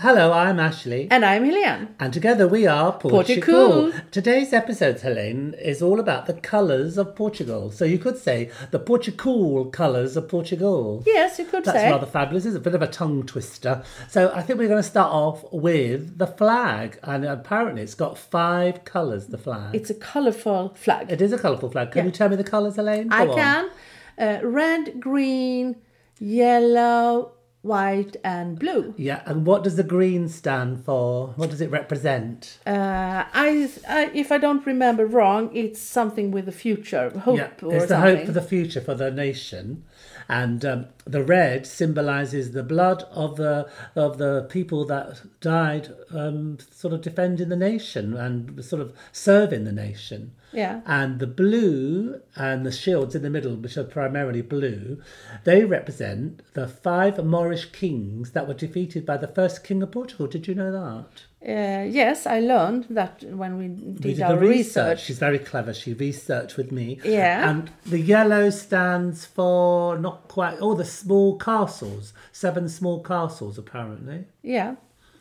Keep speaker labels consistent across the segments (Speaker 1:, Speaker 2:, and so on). Speaker 1: Hello, I'm Ashley.
Speaker 2: And I'm Helene.
Speaker 1: And together we are Portugal.
Speaker 2: Portugal.
Speaker 1: Today's episode, Helene, is all about the colours of Portugal. So you could say the Portugal colours of Portugal.
Speaker 2: Yes, you could
Speaker 1: That's
Speaker 2: say.
Speaker 1: rather fabulous. It's a bit of a tongue twister. So I think we're going to start off with the flag. And apparently it's got five colours, the flag.
Speaker 2: It's a colourful flag.
Speaker 1: It is a colourful flag. Can
Speaker 2: Yeah.
Speaker 1: you tell me the colours, Elaine?
Speaker 2: I
Speaker 1: Go on.
Speaker 2: can. Uh, red, green, yellow, white, and blue.
Speaker 1: Yeah, and what does the green stand for? What does it represent?
Speaker 2: Uh, I, I, if I don't remember wrong, it's something with the future, hope
Speaker 1: yeah,
Speaker 2: or
Speaker 1: it's the
Speaker 2: something.
Speaker 1: hope for the future for the nation, and um, the red symbolises the blood of the of the people that died, um, sort of defending the nation and sort of serving the nation.
Speaker 2: Yeah.
Speaker 1: And the blue and the shields in the middle, which are primarily blue, they represent the five Moorish kings that were defeated by the first king of Portugal. Did you know that?
Speaker 2: Uh, yes, I learned that when we did,
Speaker 1: We did
Speaker 2: our
Speaker 1: the research.
Speaker 2: research.
Speaker 1: She's very clever. She researched with me.
Speaker 2: Yeah.
Speaker 1: And the yellow stands for not quite. Oh, the small castles. Seven small castles, apparently.
Speaker 2: Yeah.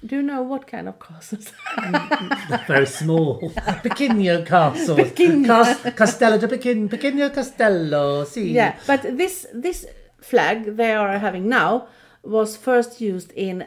Speaker 2: Do you know what kind of causes?
Speaker 1: Very small. Pequeno castles. Cas- Castello de Pequin. Pequeno Castello. See.
Speaker 2: yeah, but this this flag they are having now was first used in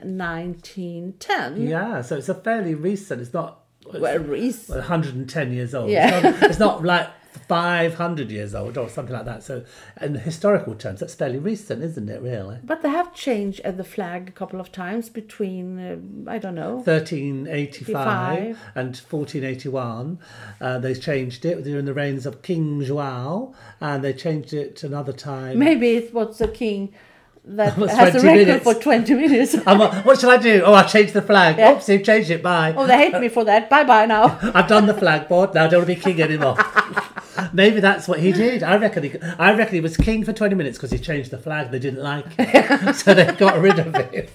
Speaker 2: 1910.
Speaker 1: Yeah. So it's a fairly recent. It's not
Speaker 2: Where is
Speaker 1: 110 years old.
Speaker 2: Yeah.
Speaker 1: It's, not, it's not like 500 years old or something like that. So, in historical terms, that's fairly recent, isn't it, really?
Speaker 2: But they have changed uh, the flag a couple of times between, uh, I don't know.
Speaker 1: 1385
Speaker 2: 85.
Speaker 1: and 1481. Uh, they changed it during the reigns of King Joao, and they changed it another time.
Speaker 2: Maybe it was a king that
Speaker 1: was
Speaker 2: has a
Speaker 1: 20
Speaker 2: record
Speaker 1: minutes.
Speaker 2: for 20 minutes.
Speaker 1: I'm like, what shall I do? Oh, I'll change the flag.
Speaker 2: Yeah.
Speaker 1: Oops, you changed it. Bye.
Speaker 2: oh, they hate me for that. Bye bye now.
Speaker 1: I've done the flag board. Now I don't want to be king anymore. Maybe that's what he did. I reckon he, I reckon he was king for 20 minutes because he changed the flag. They didn't like it. so they got rid of it.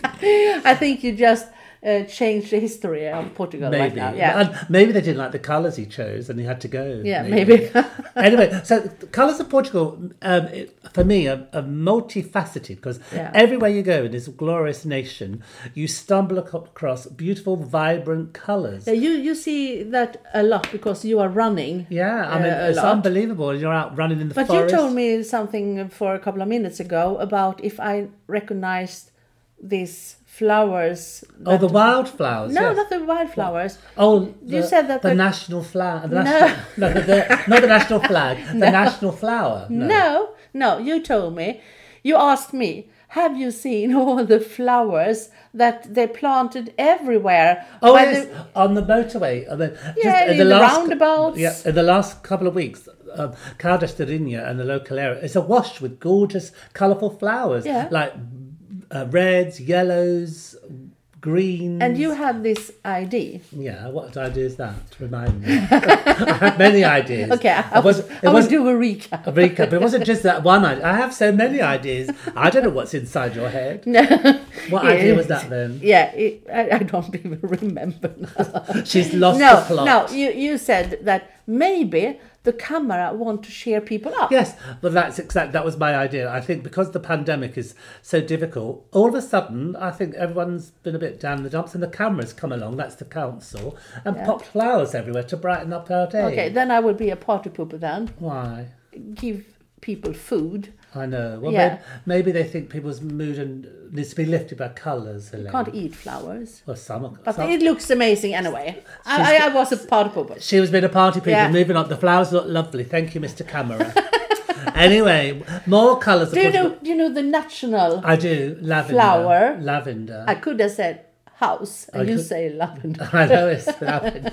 Speaker 2: I think you just uh, changed the history of Portugal right
Speaker 1: Maybe.
Speaker 2: now. Yeah.
Speaker 1: And maybe they didn't like the colours he chose and he had to go.
Speaker 2: Yeah, maybe.
Speaker 1: anyway, so the colours of Portugal, um, it, for me, are, are multifaceted because
Speaker 2: Yeah.
Speaker 1: everywhere you go in this glorious nation, you stumble ac- across beautiful, vibrant colours.
Speaker 2: Uh, you, you see that a lot because you are running.
Speaker 1: Yeah, I mean,
Speaker 2: Uh, a
Speaker 1: it's
Speaker 2: lot.
Speaker 1: unbelievable. You're out running in the
Speaker 2: But
Speaker 1: forest.
Speaker 2: you told me something for a couple of minutes ago about if I recognized these flowers.
Speaker 1: Oh, the
Speaker 2: that-
Speaker 1: wildflowers.
Speaker 2: No,
Speaker 1: yes.
Speaker 2: not the wildflowers.
Speaker 1: Oh, the,
Speaker 2: You said that
Speaker 1: the,
Speaker 2: the-
Speaker 1: national flag. The
Speaker 2: No.
Speaker 1: national, no, the, the, not the national flag. The national flower. No.
Speaker 2: No, no, you told me. You asked me, have you seen all the flowers that they planted everywhere?
Speaker 1: Oh,
Speaker 2: By
Speaker 1: yes,
Speaker 2: the-
Speaker 1: on the motorway. on the-
Speaker 2: Yeah,
Speaker 1: in
Speaker 2: in the roundabouts.
Speaker 1: Yeah, in the last couple of weeks, um, Cardesterinha and the local area is awash with gorgeous, colourful flowers
Speaker 2: Yeah.
Speaker 1: like uh, reds, yellows, greens.
Speaker 2: and you had this ID.
Speaker 1: Yeah, what idea is that? Remind me. I had many ideas.
Speaker 2: Okay, I,
Speaker 1: It
Speaker 2: was,
Speaker 1: was,
Speaker 2: I
Speaker 1: it
Speaker 2: will
Speaker 1: was
Speaker 2: do a recap.
Speaker 1: a recap. But it wasn't just that one idea. I have so many ideas. I don't know what's inside your head.
Speaker 2: No.
Speaker 1: What idea was that then?
Speaker 2: Yeah, it, I, I don't even remember now.
Speaker 1: She's lost the
Speaker 2: no,
Speaker 1: plot.
Speaker 2: no, you, you said that maybe the camera want to cheer people up.
Speaker 1: Yes, well, that's exact. That was my idea. I think because the pandemic is so difficult, all of a sudden, I think everyone's been a bit down the dumps, and the cameras come along. That's the council, and pop flowers everywhere to brighten up our day.
Speaker 2: Okay, then I would be a party pooper then.
Speaker 1: Why?
Speaker 2: Give people food.
Speaker 1: I know. Well,
Speaker 2: Yeah.
Speaker 1: maybe, maybe they think people's mood and needs to be lifted by colours. Elaine.
Speaker 2: Can't eat flowers.
Speaker 1: Well, some.
Speaker 2: But
Speaker 1: some-
Speaker 2: it looks amazing anyway. I, I, I was a part of it.
Speaker 1: She was being a party people,
Speaker 2: Yeah.
Speaker 1: moving up. The flowers look lovely. Thank you, Mr. Camera. anyway, more colours. of
Speaker 2: Do you
Speaker 1: Portugal.
Speaker 2: know? Do you know the national?
Speaker 1: I do. Lavender.
Speaker 2: Flower.
Speaker 1: Lavender.
Speaker 2: I could have said house, and you
Speaker 1: could-
Speaker 2: say lavender.
Speaker 1: I know it's lavender.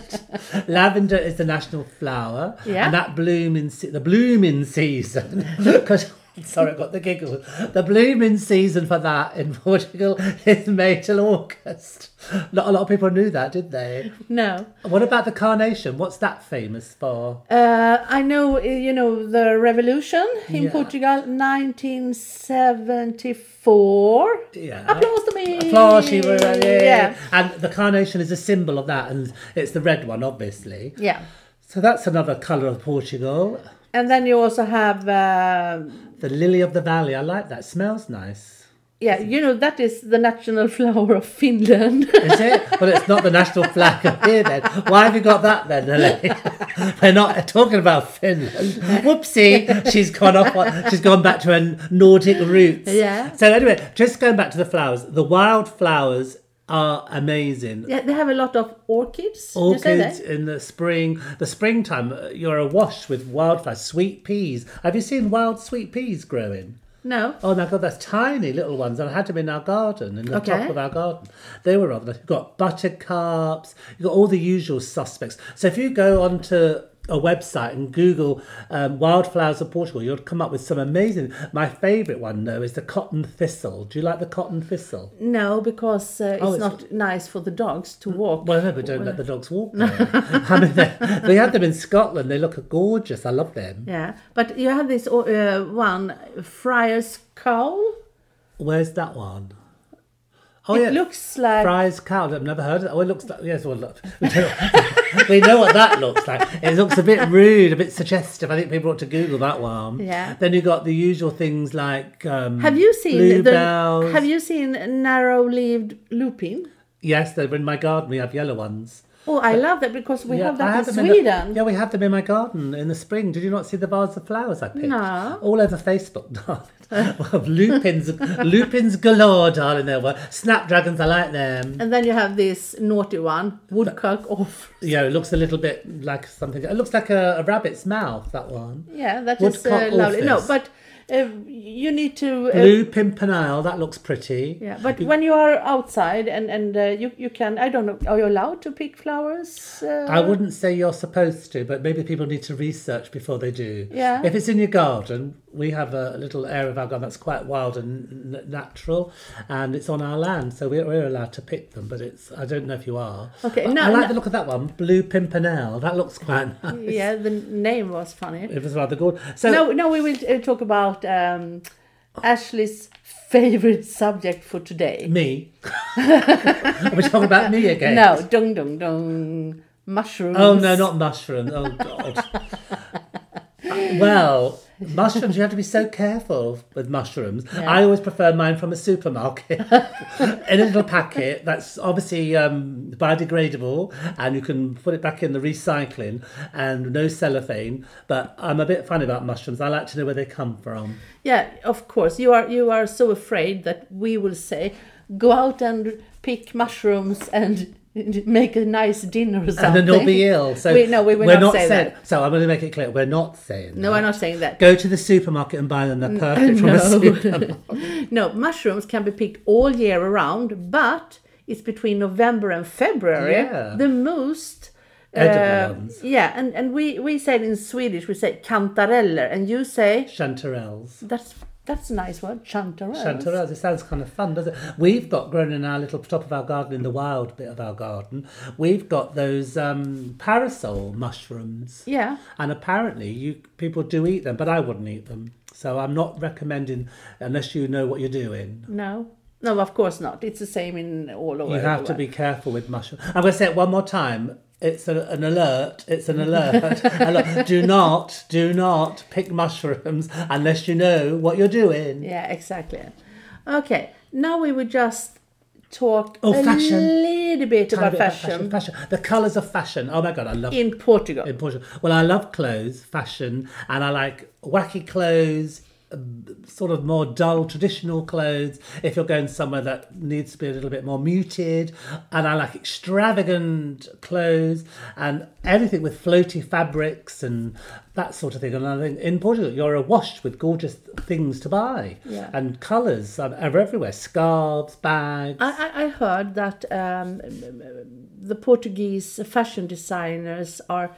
Speaker 1: lavender is the national flower,
Speaker 2: Yeah.
Speaker 1: and that bloom in se- the blooming season. Because sorry, I got the giggles. The blooming season for that in Portugal is May till August. Not a lot of people knew that, did they?
Speaker 2: No,
Speaker 1: What about the carnation? What's that famous for?
Speaker 2: uh, I know. uh, You know the revolution in
Speaker 1: Yeah.
Speaker 2: Portugal, nineteen seventy-four.
Speaker 1: Yeah.
Speaker 2: Applause to me.
Speaker 1: Applause, you were ready.
Speaker 2: Yeah.
Speaker 1: And the carnation is a symbol of that, and it's the red one, obviously.
Speaker 2: Yeah.
Speaker 1: So that's another colour of Portugal.
Speaker 2: And then you also have. Uh,
Speaker 1: The lily of the valley. I like that. Smells nice.
Speaker 2: Yeah, you know, that is the national flower of Finland.
Speaker 1: Is it? Well, it's not the national flag up here then. Why have you got that then, Lily? We're not talking about Finland. Whoopsie, she's gone off. on- She's gone back to her Nordic roots.
Speaker 2: Yeah.
Speaker 1: So anyway, just going back to the flowers. The wild flowers are amazing.
Speaker 2: yeah, they have a lot of orchids. you say
Speaker 1: Orchids
Speaker 2: that?
Speaker 1: in the spring, the springtime, uh, you're awash with wildflowers, sweet peas. Have you seen wild sweet peas growing?
Speaker 2: No.
Speaker 1: Oh my god, that's tiny little ones. And I had them in our garden, in the
Speaker 2: Okay.
Speaker 1: top of our garden. They were rather. You've got buttercups, you've got all the usual suspects. So if you go onto a website and Google um, wildflowers of Portugal, you'll come up with some amazing. My favourite one, though, is the cotton thistle. Do you like the cotton thistle?
Speaker 2: No, because uh, it's,
Speaker 1: Oh, it's- Mm.
Speaker 2: not nice for the dogs to walk.
Speaker 1: Well, no, but don't let the dogs walk. there. I mean, they, they had them in Scotland. They look gorgeous. I love them.
Speaker 2: yeah, but you have this uh, one, Friar's Cowl.
Speaker 1: Where's that one? Oh,
Speaker 2: it looks like
Speaker 1: Fry's cow. I've never heard of that. Oh, it looks like yes. Well, look, we know- we know what that looks like. It looks a bit rude, a bit suggestive. I think people ought to Google that one.
Speaker 2: Yeah.
Speaker 1: Then you got the usual things like um,
Speaker 2: Have you seen
Speaker 1: bluebells?
Speaker 2: the Have you seen narrow-leaved lupin?
Speaker 1: Yes, they're in my garden. We have yellow ones.
Speaker 2: Oh, I love that because we have
Speaker 1: I
Speaker 2: that in
Speaker 1: them the-
Speaker 2: Sweden.
Speaker 1: yeah, we have them in my garden in the spring. Did you not see the vase of flowers I picked?
Speaker 2: No.
Speaker 1: All over Facebook, darling. Well, lupins, lupins galore, darling. There were snapdragons. I like them.
Speaker 2: And then you have this naughty one, woodcock off.
Speaker 1: Yeah, it looks a little bit like something. It looks like a, a rabbit's mouth. That one.
Speaker 2: Yeah, that is uh,
Speaker 1: Woodcock
Speaker 2: lovely. No,
Speaker 1: orphis.
Speaker 2: but uh, you need to. Uh,
Speaker 1: Blue pimpernel. That looks pretty.
Speaker 2: yeah, but when you are outside and and uh, you you can I don't know are you allowed to pick flowers? Uh,
Speaker 1: I wouldn't say you're supposed to, but maybe people need to research before they do.
Speaker 2: Yeah.
Speaker 1: If it's in your garden, we have a little area of our garden that's quite wild and n- natural, and it's on our land, so we're, we're allowed to pick them. But it's I don't know if you are.
Speaker 2: Okay,
Speaker 1: But
Speaker 2: no,
Speaker 1: I like
Speaker 2: no.
Speaker 1: the look of that one, blue pimpernel. That looks quite nice.
Speaker 2: Yeah, the name was funny.
Speaker 1: It was rather good. So
Speaker 2: No, no, we will uh, talk about um, Ashley's favorite subject for today.
Speaker 1: me. Are we talking about me again?
Speaker 2: No, dung dung dung. Mushrooms.
Speaker 1: Oh no, not mushrooms. Oh god. Uh, well, mushrooms you have to be so careful with mushrooms. I always prefer mine from a supermarket. in a little packet that's obviously um, biodegradable and you can put it back in the recycling and no cellophane, but I'm a bit funny about mushrooms. I like to know where they come from.
Speaker 2: Yeah, of course. You are you are so afraid that we will say, go out and pick mushrooms and make a nice dinner or something.
Speaker 1: And then they'll be ill. So
Speaker 2: we, no, we will
Speaker 1: we're
Speaker 2: not, say
Speaker 1: saying
Speaker 2: that.
Speaker 1: so I'm gonna make it clear, we're not saying
Speaker 2: No,
Speaker 1: that.
Speaker 2: I'm not saying that.
Speaker 1: Go to the supermarket and buy them. They're perfect from a supermarket.
Speaker 2: No, mushrooms can be picked all year around, but it's between November and February
Speaker 1: Yeah.
Speaker 2: the most. uh,
Speaker 1: Edible ones.
Speaker 2: yeah, and, and we, we say it in Swedish, we say kantareller, and you say,
Speaker 1: Chanterelles.
Speaker 2: that's that's a nice word, chanterelles.
Speaker 1: Chanterelles. It sounds kind of fun, doesn't it? We've got grown in our little top of our garden, in the wild bit of our garden, we've got those um, parasol mushrooms,
Speaker 2: Yeah.
Speaker 1: and apparently you people do eat them, but I wouldn't eat them. So I'm not recommending unless you know what you're doing.
Speaker 2: No, no, of course not. It's the same in all over.
Speaker 1: You have to be careful with mushrooms. I'm going to say it one more time. It's a, an alert. It's an alert. alert. Do not, do not pick mushrooms unless you know what you're doing.
Speaker 2: Yeah, exactly. Okay, now we would just talk
Speaker 1: Oh,
Speaker 2: a
Speaker 1: fashion.
Speaker 2: little bit
Speaker 1: Tell me
Speaker 2: about
Speaker 1: about fashion.
Speaker 2: fashion,
Speaker 1: Fashion. The colours of fashion. Oh my God, I love
Speaker 2: in Portugal.
Speaker 1: in Portugal. Well, I love clothes, fashion, and I like wacky clothes, um, sort of more dull traditional clothes. If you're going somewhere that needs to be a little bit more muted, and I like extravagant clothes and everything with floaty fabrics and that sort of thing. And I think in Portugal, you're awash with gorgeous things to buy
Speaker 2: Yeah.
Speaker 1: and colours are are everywhere: scarves, bags.
Speaker 2: I, I- I heard that um, the Portuguese fashion designers are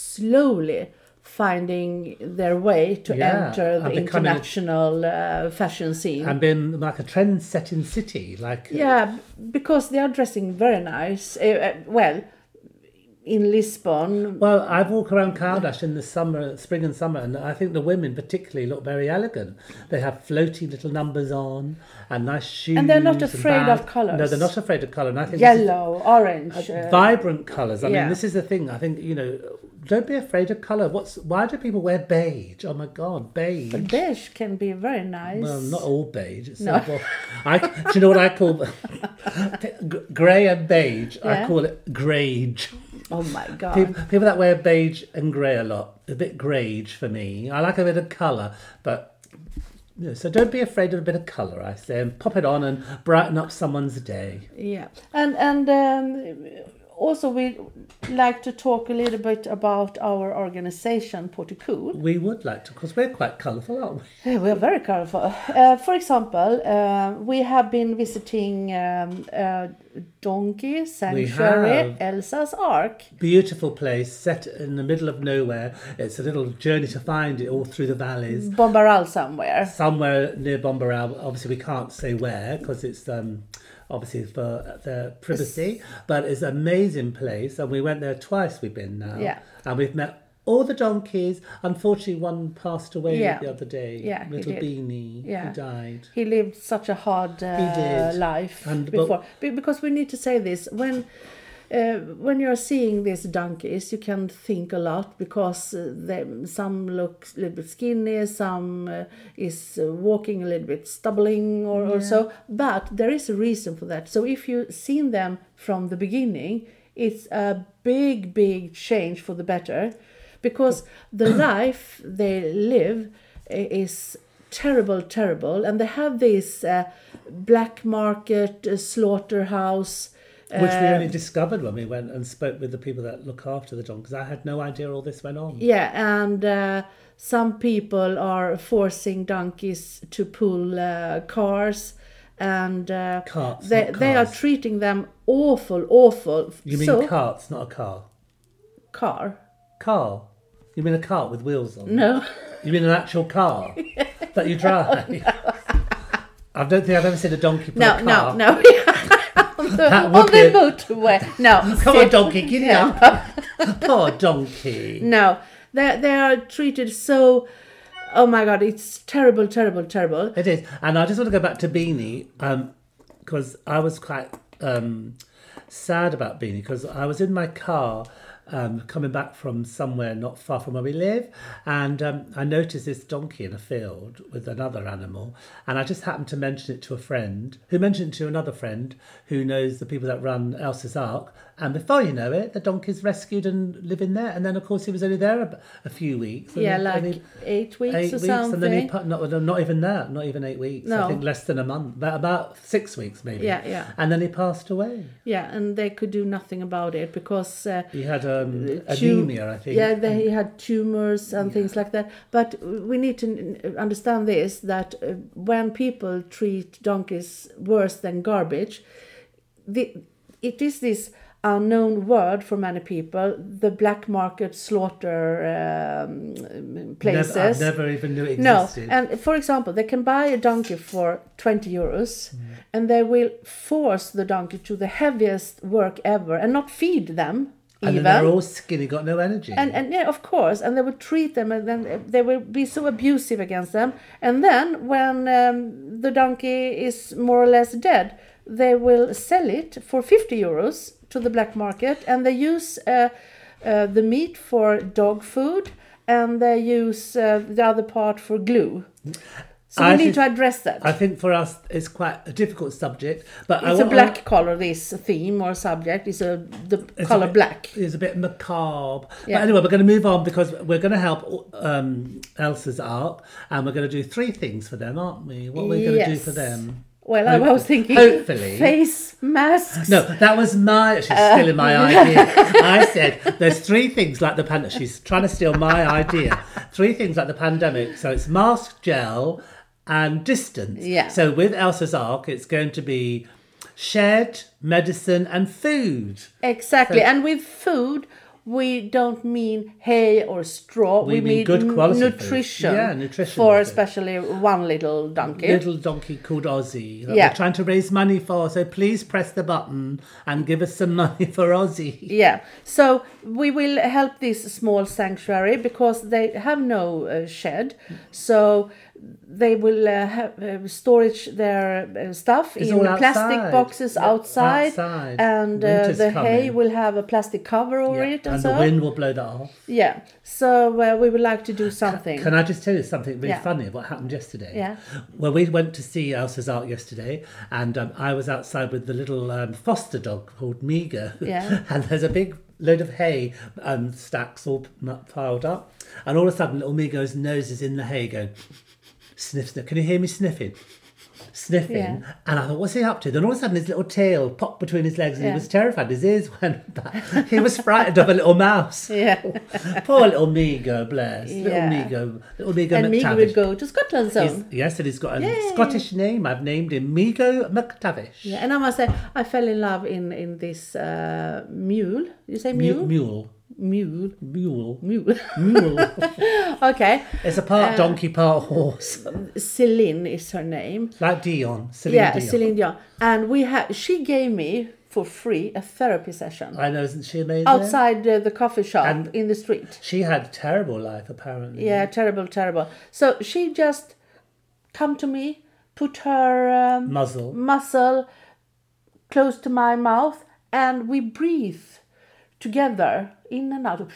Speaker 2: slowly finding their way to
Speaker 1: Yeah,
Speaker 2: enter the
Speaker 1: and becoming a-
Speaker 2: international uh, fashion scene.
Speaker 1: and been like a trend-setting city, like
Speaker 2: Yeah, because they are dressing very nice. Uh, uh, well, Eh, in Lisbon.
Speaker 1: Well, I've walked around Kardash in the summer, spring and summer, and I think the women particularly look very elegant. They have floaty little numbers on and nice shoes.
Speaker 2: And they're not afraid
Speaker 1: bags.
Speaker 2: of colours.
Speaker 1: No, they're not afraid of colour. And I think this is-
Speaker 2: Yellow, orange. uh,
Speaker 1: vibrant colours. I mean,
Speaker 2: yeah.
Speaker 1: this is the thing. I think you know, don't be afraid of colour. What's why do people wear beige? Oh my God, beige.
Speaker 2: but beige can be very nice.
Speaker 1: Well, not all beige. It's
Speaker 2: No.
Speaker 1: not all- I, do you know what I call G- grey and beige? I
Speaker 2: Yeah.
Speaker 1: call it grage.
Speaker 2: oh my god.
Speaker 1: People, people that wear beige and grey a lot, a bit grage for me. I like a bit of colour, but you know, so don't be afraid of a bit of colour. I say, and pop it on and brighten up someone's day.
Speaker 2: Yeah, and and um, also we like to talk a little bit about our organization Porticool.
Speaker 1: We would like to, because we're quite colourful, aren't we?
Speaker 2: We're very colorful. Uh, for example, uh, we have been visiting um, uh, Donkey Sanctuary,
Speaker 1: have.
Speaker 2: Elsa's Ark.
Speaker 1: Beautiful place set in the middle of nowhere. It's a little journey to find it all through the valleys.
Speaker 2: Bombaral somewhere.
Speaker 1: Somewhere near Bombarau, obviously we can't say where because it's um, obviously for their privacy, but it's an amazing place and we went there twice we've been now.
Speaker 2: Yeah.
Speaker 1: And we've met all the donkeys. Unfortunately, one passed away
Speaker 2: Yeah.
Speaker 1: the other day.
Speaker 2: Yeah, he
Speaker 1: Little
Speaker 2: did.
Speaker 1: Beanie.
Speaker 2: Yeah.
Speaker 1: He died.
Speaker 2: He lived such a hard uh,
Speaker 1: He did.
Speaker 2: life
Speaker 1: And- but-
Speaker 2: before, Be- because we need to say this when uh, when you're seeing these donkeys, you can think a lot because uh, they, some look a little bit skinny, some uh, is uh, walking a little bit stumbling or, or so. But there is a reason for that. So if you've seen them from the beginning, it's a big, big change for the better, because the life they live i- is terrible, terrible, and they have this uh, black market uh, slaughterhouse.
Speaker 1: Which we
Speaker 2: uh,
Speaker 1: only discovered when we went and spoke with the people that look after the donkeys. I had no idea all this went on.
Speaker 2: Yeah, and uh, some people are forcing donkeys to pull uh, cars, and uh,
Speaker 1: Carts,
Speaker 2: they
Speaker 1: not
Speaker 2: they are
Speaker 1: cars.
Speaker 2: treating them awful, awful.
Speaker 1: You mean
Speaker 2: so,
Speaker 1: carts, not a car?
Speaker 2: car?
Speaker 1: Car? You mean a cart with wheels on?
Speaker 2: No,
Speaker 1: You mean an actual car that you drive? I don't think I've ever seen a donkey pull
Speaker 2: Oh, no,
Speaker 1: a car.
Speaker 2: no, no. on the,
Speaker 1: That would
Speaker 2: on the
Speaker 1: be-
Speaker 2: motorway. No,
Speaker 1: Come on,
Speaker 2: seriously.
Speaker 1: donkey, get it up. Poor donkey.
Speaker 2: No, they they are treated so. Oh my god, it's terrible, terrible, terrible.
Speaker 1: It is. And I just want to go back to Beanie because I was quite um, sad about Beanie because I was in my car um, coming back from somewhere not far from where we live and um, I noticed this donkey in a field with another animal and I just happened to mention it to a friend who mentioned it to another friend who knows the people that run Elsa's Ark and before you know it the donkey's rescued and living there and then of course he was only there a, a few weeks and
Speaker 2: Yeah,
Speaker 1: then- and he-
Speaker 2: like eight weeks
Speaker 1: eight
Speaker 2: or
Speaker 1: weeks,
Speaker 2: something.
Speaker 1: and then he put not no, not even that, not even eight weeks. I
Speaker 2: No.
Speaker 1: think less than a month, but about six weeks maybe.
Speaker 2: Yeah, yeah.
Speaker 1: And then he passed away.
Speaker 2: yeah, and they could do nothing about it because uh,
Speaker 1: He had um,
Speaker 2: tu-
Speaker 1: anemia, I think.
Speaker 2: Yeah, they had tumors and things like that. But we need to n- understand this that uh, when people treat donkeys worse than garbage, the, it is this unknown word for many people the black market slaughter um, places.
Speaker 1: Never, I never even knew it
Speaker 2: No,
Speaker 1: existed.
Speaker 2: and for example, they can buy a donkey for 20 euros
Speaker 1: Mm.
Speaker 2: and they will force the donkey to the heaviest work ever and not feed them.
Speaker 1: and then
Speaker 2: even.
Speaker 1: they're all skinny, got no energy.
Speaker 2: And, and yeah, of course, and they would treat them, and then they will be so abusive against them. And then, when um, the donkey is more or less dead, they will sell it for 50 euros to the black market, and they use uh, uh, the meat for dog food, and they use uh, the other part for glue. So
Speaker 1: I
Speaker 2: we
Speaker 1: think-
Speaker 2: need to address that.
Speaker 1: I think for us it's quite a difficult subject, but I
Speaker 2: it's a
Speaker 1: want-
Speaker 2: black color. This theme or subject is a the
Speaker 1: It's a
Speaker 2: color
Speaker 1: bit-
Speaker 2: black.
Speaker 1: It's a bit macabre.
Speaker 2: Yeah.
Speaker 1: But anyway, we're going to move on because we're going to help um, Elsa's arc, and we're going to do three things for them, aren't we? What we're going to do
Speaker 2: Yes.
Speaker 1: for them.
Speaker 2: Well, I was
Speaker 1: Hopefully-
Speaker 2: thinking
Speaker 1: hopefully.
Speaker 2: face masks.
Speaker 1: No, that was my. She's
Speaker 2: Uh.
Speaker 1: stealing my idea. I said there's three things like the pandemic. She's trying to steal my idea. Three things like the pandemic. So it's mask, gel, and distance.
Speaker 2: Yeah.
Speaker 1: So with Elsa's arc, it's going to be shed, medicine, and food.
Speaker 2: Exactly. and with food, we don't mean hay or straw.
Speaker 1: We mean good
Speaker 2: n-
Speaker 1: quality food.
Speaker 2: nutrition.
Speaker 1: Yeah, nutrition
Speaker 2: For
Speaker 1: food.
Speaker 2: especially one little donkey.
Speaker 1: Little donkey called Ozzy. That
Speaker 2: Yeah.
Speaker 1: We're trying to raise money for. So please press the button and give us some money for Ozzy.
Speaker 2: Yeah, so we will help this small sanctuary because they have no uh, shed, so they will uh, have uh, storage their uh, stuff
Speaker 1: It's
Speaker 2: in
Speaker 1: all
Speaker 2: plastic
Speaker 1: outside.
Speaker 2: boxes
Speaker 1: Yeah,
Speaker 2: outside,
Speaker 1: outside.
Speaker 2: and uh,
Speaker 1: Winter's
Speaker 2: the hay
Speaker 1: coming.
Speaker 2: will have a plastic cover over
Speaker 1: Yeah,
Speaker 2: it, and,
Speaker 1: And
Speaker 2: so
Speaker 1: the
Speaker 2: on.
Speaker 1: wind will blow that off.
Speaker 2: yeah. So uh, we would like to do something.
Speaker 1: Can I just tell you something really
Speaker 2: Yeah.
Speaker 1: funny of what happened yesterday?
Speaker 2: Yeah.
Speaker 1: Well, we went to see Elsa's art yesterday, and um, I was outside with the little um, foster dog called Miga.
Speaker 2: Yeah.
Speaker 1: and there's a big load of hay um, stacks all m- piled up. And all of a sudden, little Migo's nose is in the hay going, sniff, sniff. Can you hear me sniffing? Sniffing.
Speaker 2: Yeah.
Speaker 1: And I thought, what's he up to? Then all of a sudden, his little tail popped between his legs, and
Speaker 2: Yeah.
Speaker 1: he was terrified. His ears went back. he was frightened of a little mouse.
Speaker 2: yeah,
Speaker 1: Poor little Migo, bless.
Speaker 2: Yeah.
Speaker 1: Little Migo. Little Migo
Speaker 2: and Mig
Speaker 1: McTavish.
Speaker 2: will go to Scotland
Speaker 1: He's-
Speaker 2: Zone.
Speaker 1: yes, and he's got a
Speaker 2: Yay.
Speaker 1: Scottish name. I've named him Migo McTavish.
Speaker 2: Yeah, and I must say, I fell in love in in this uh, mule. You say
Speaker 1: Mu-
Speaker 2: mule,
Speaker 1: Mule.
Speaker 2: mule,
Speaker 1: Mule.
Speaker 2: mule.
Speaker 1: Mule.
Speaker 2: okay,
Speaker 1: it's a part
Speaker 2: Uh,
Speaker 1: donkey, part horse.
Speaker 2: Celine is her name.
Speaker 1: Like Dion. Celine
Speaker 2: yeah,
Speaker 1: Dion.
Speaker 2: Celine Dion. And we had she gave me for free a therapy session
Speaker 1: I know, isn't she amazing?
Speaker 2: outside uh, the coffee shop
Speaker 1: Oh, And-
Speaker 2: in the street.
Speaker 1: She had a terrible life, apparently.
Speaker 2: Yeah, terrible, terrible. So she just come to me, put her um,
Speaker 1: Muzzle.
Speaker 2: muscle close to my mouth, and we breathe together in and out.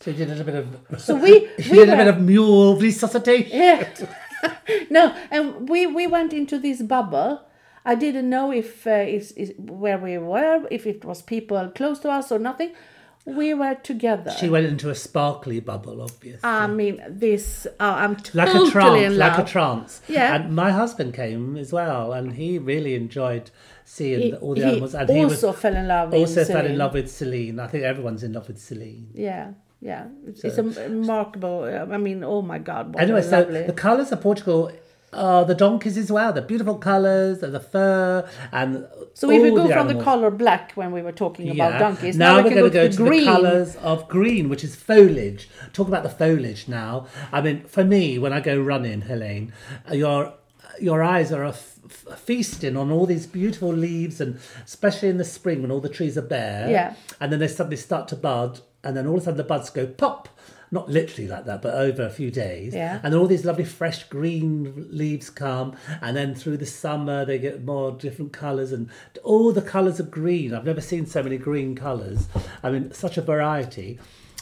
Speaker 1: So you did a bit of.
Speaker 2: So we
Speaker 1: she
Speaker 2: we
Speaker 1: did a
Speaker 2: were-
Speaker 1: bit of mule resuscitation.
Speaker 2: Yeah. no, and we we went into this bubble. I didn't know if uh, it's, it's where we were, if it was people close to us or nothing. We were together.
Speaker 1: She went into a sparkly bubble, obviously.
Speaker 2: I mean, this. Oh, I'm totally
Speaker 1: like a trance,
Speaker 2: in
Speaker 1: like
Speaker 2: love.
Speaker 1: a trance.
Speaker 2: Yeah.
Speaker 1: And my husband came as well, and he really enjoyed seeing
Speaker 2: He,
Speaker 1: all the
Speaker 2: he
Speaker 1: animals. And he was
Speaker 2: also fell in love.
Speaker 1: also
Speaker 2: in
Speaker 1: fell in
Speaker 2: Celine.
Speaker 1: love with Celine. I think everyone's in love with Celine.
Speaker 2: Yeah, yeah. It's, it's a remarkable. I mean, oh my God. What
Speaker 1: Anyway,
Speaker 2: a
Speaker 1: so
Speaker 2: lovely.
Speaker 1: the colours of Portugal are the donkeys as well. The beautiful colours, and the fur, and
Speaker 2: so if we
Speaker 1: all
Speaker 2: go
Speaker 1: the
Speaker 2: from the
Speaker 1: animals.
Speaker 2: color black when we were talking about donkeys,
Speaker 1: Now,
Speaker 2: we
Speaker 1: we're
Speaker 2: can
Speaker 1: going to
Speaker 2: go
Speaker 1: go
Speaker 2: to
Speaker 1: to
Speaker 2: green.
Speaker 1: the colours of green, which is foliage. Talk about the foliage now. I mean, for me, when I go running, Helene, uh, your your eyes are a f- f- feasting on all these beautiful leaves, and especially in the spring when all the trees are bare.
Speaker 2: Yeah.
Speaker 1: And then they suddenly start to bud, and then all of a sudden the buds go pop. Not literally like that, but over a few days.
Speaker 2: Yeah.
Speaker 1: And all these lovely fresh green leaves come, and then through the summer they get more different colours and all the colours of green. I've never seen so many green colours. I mean, such a variety.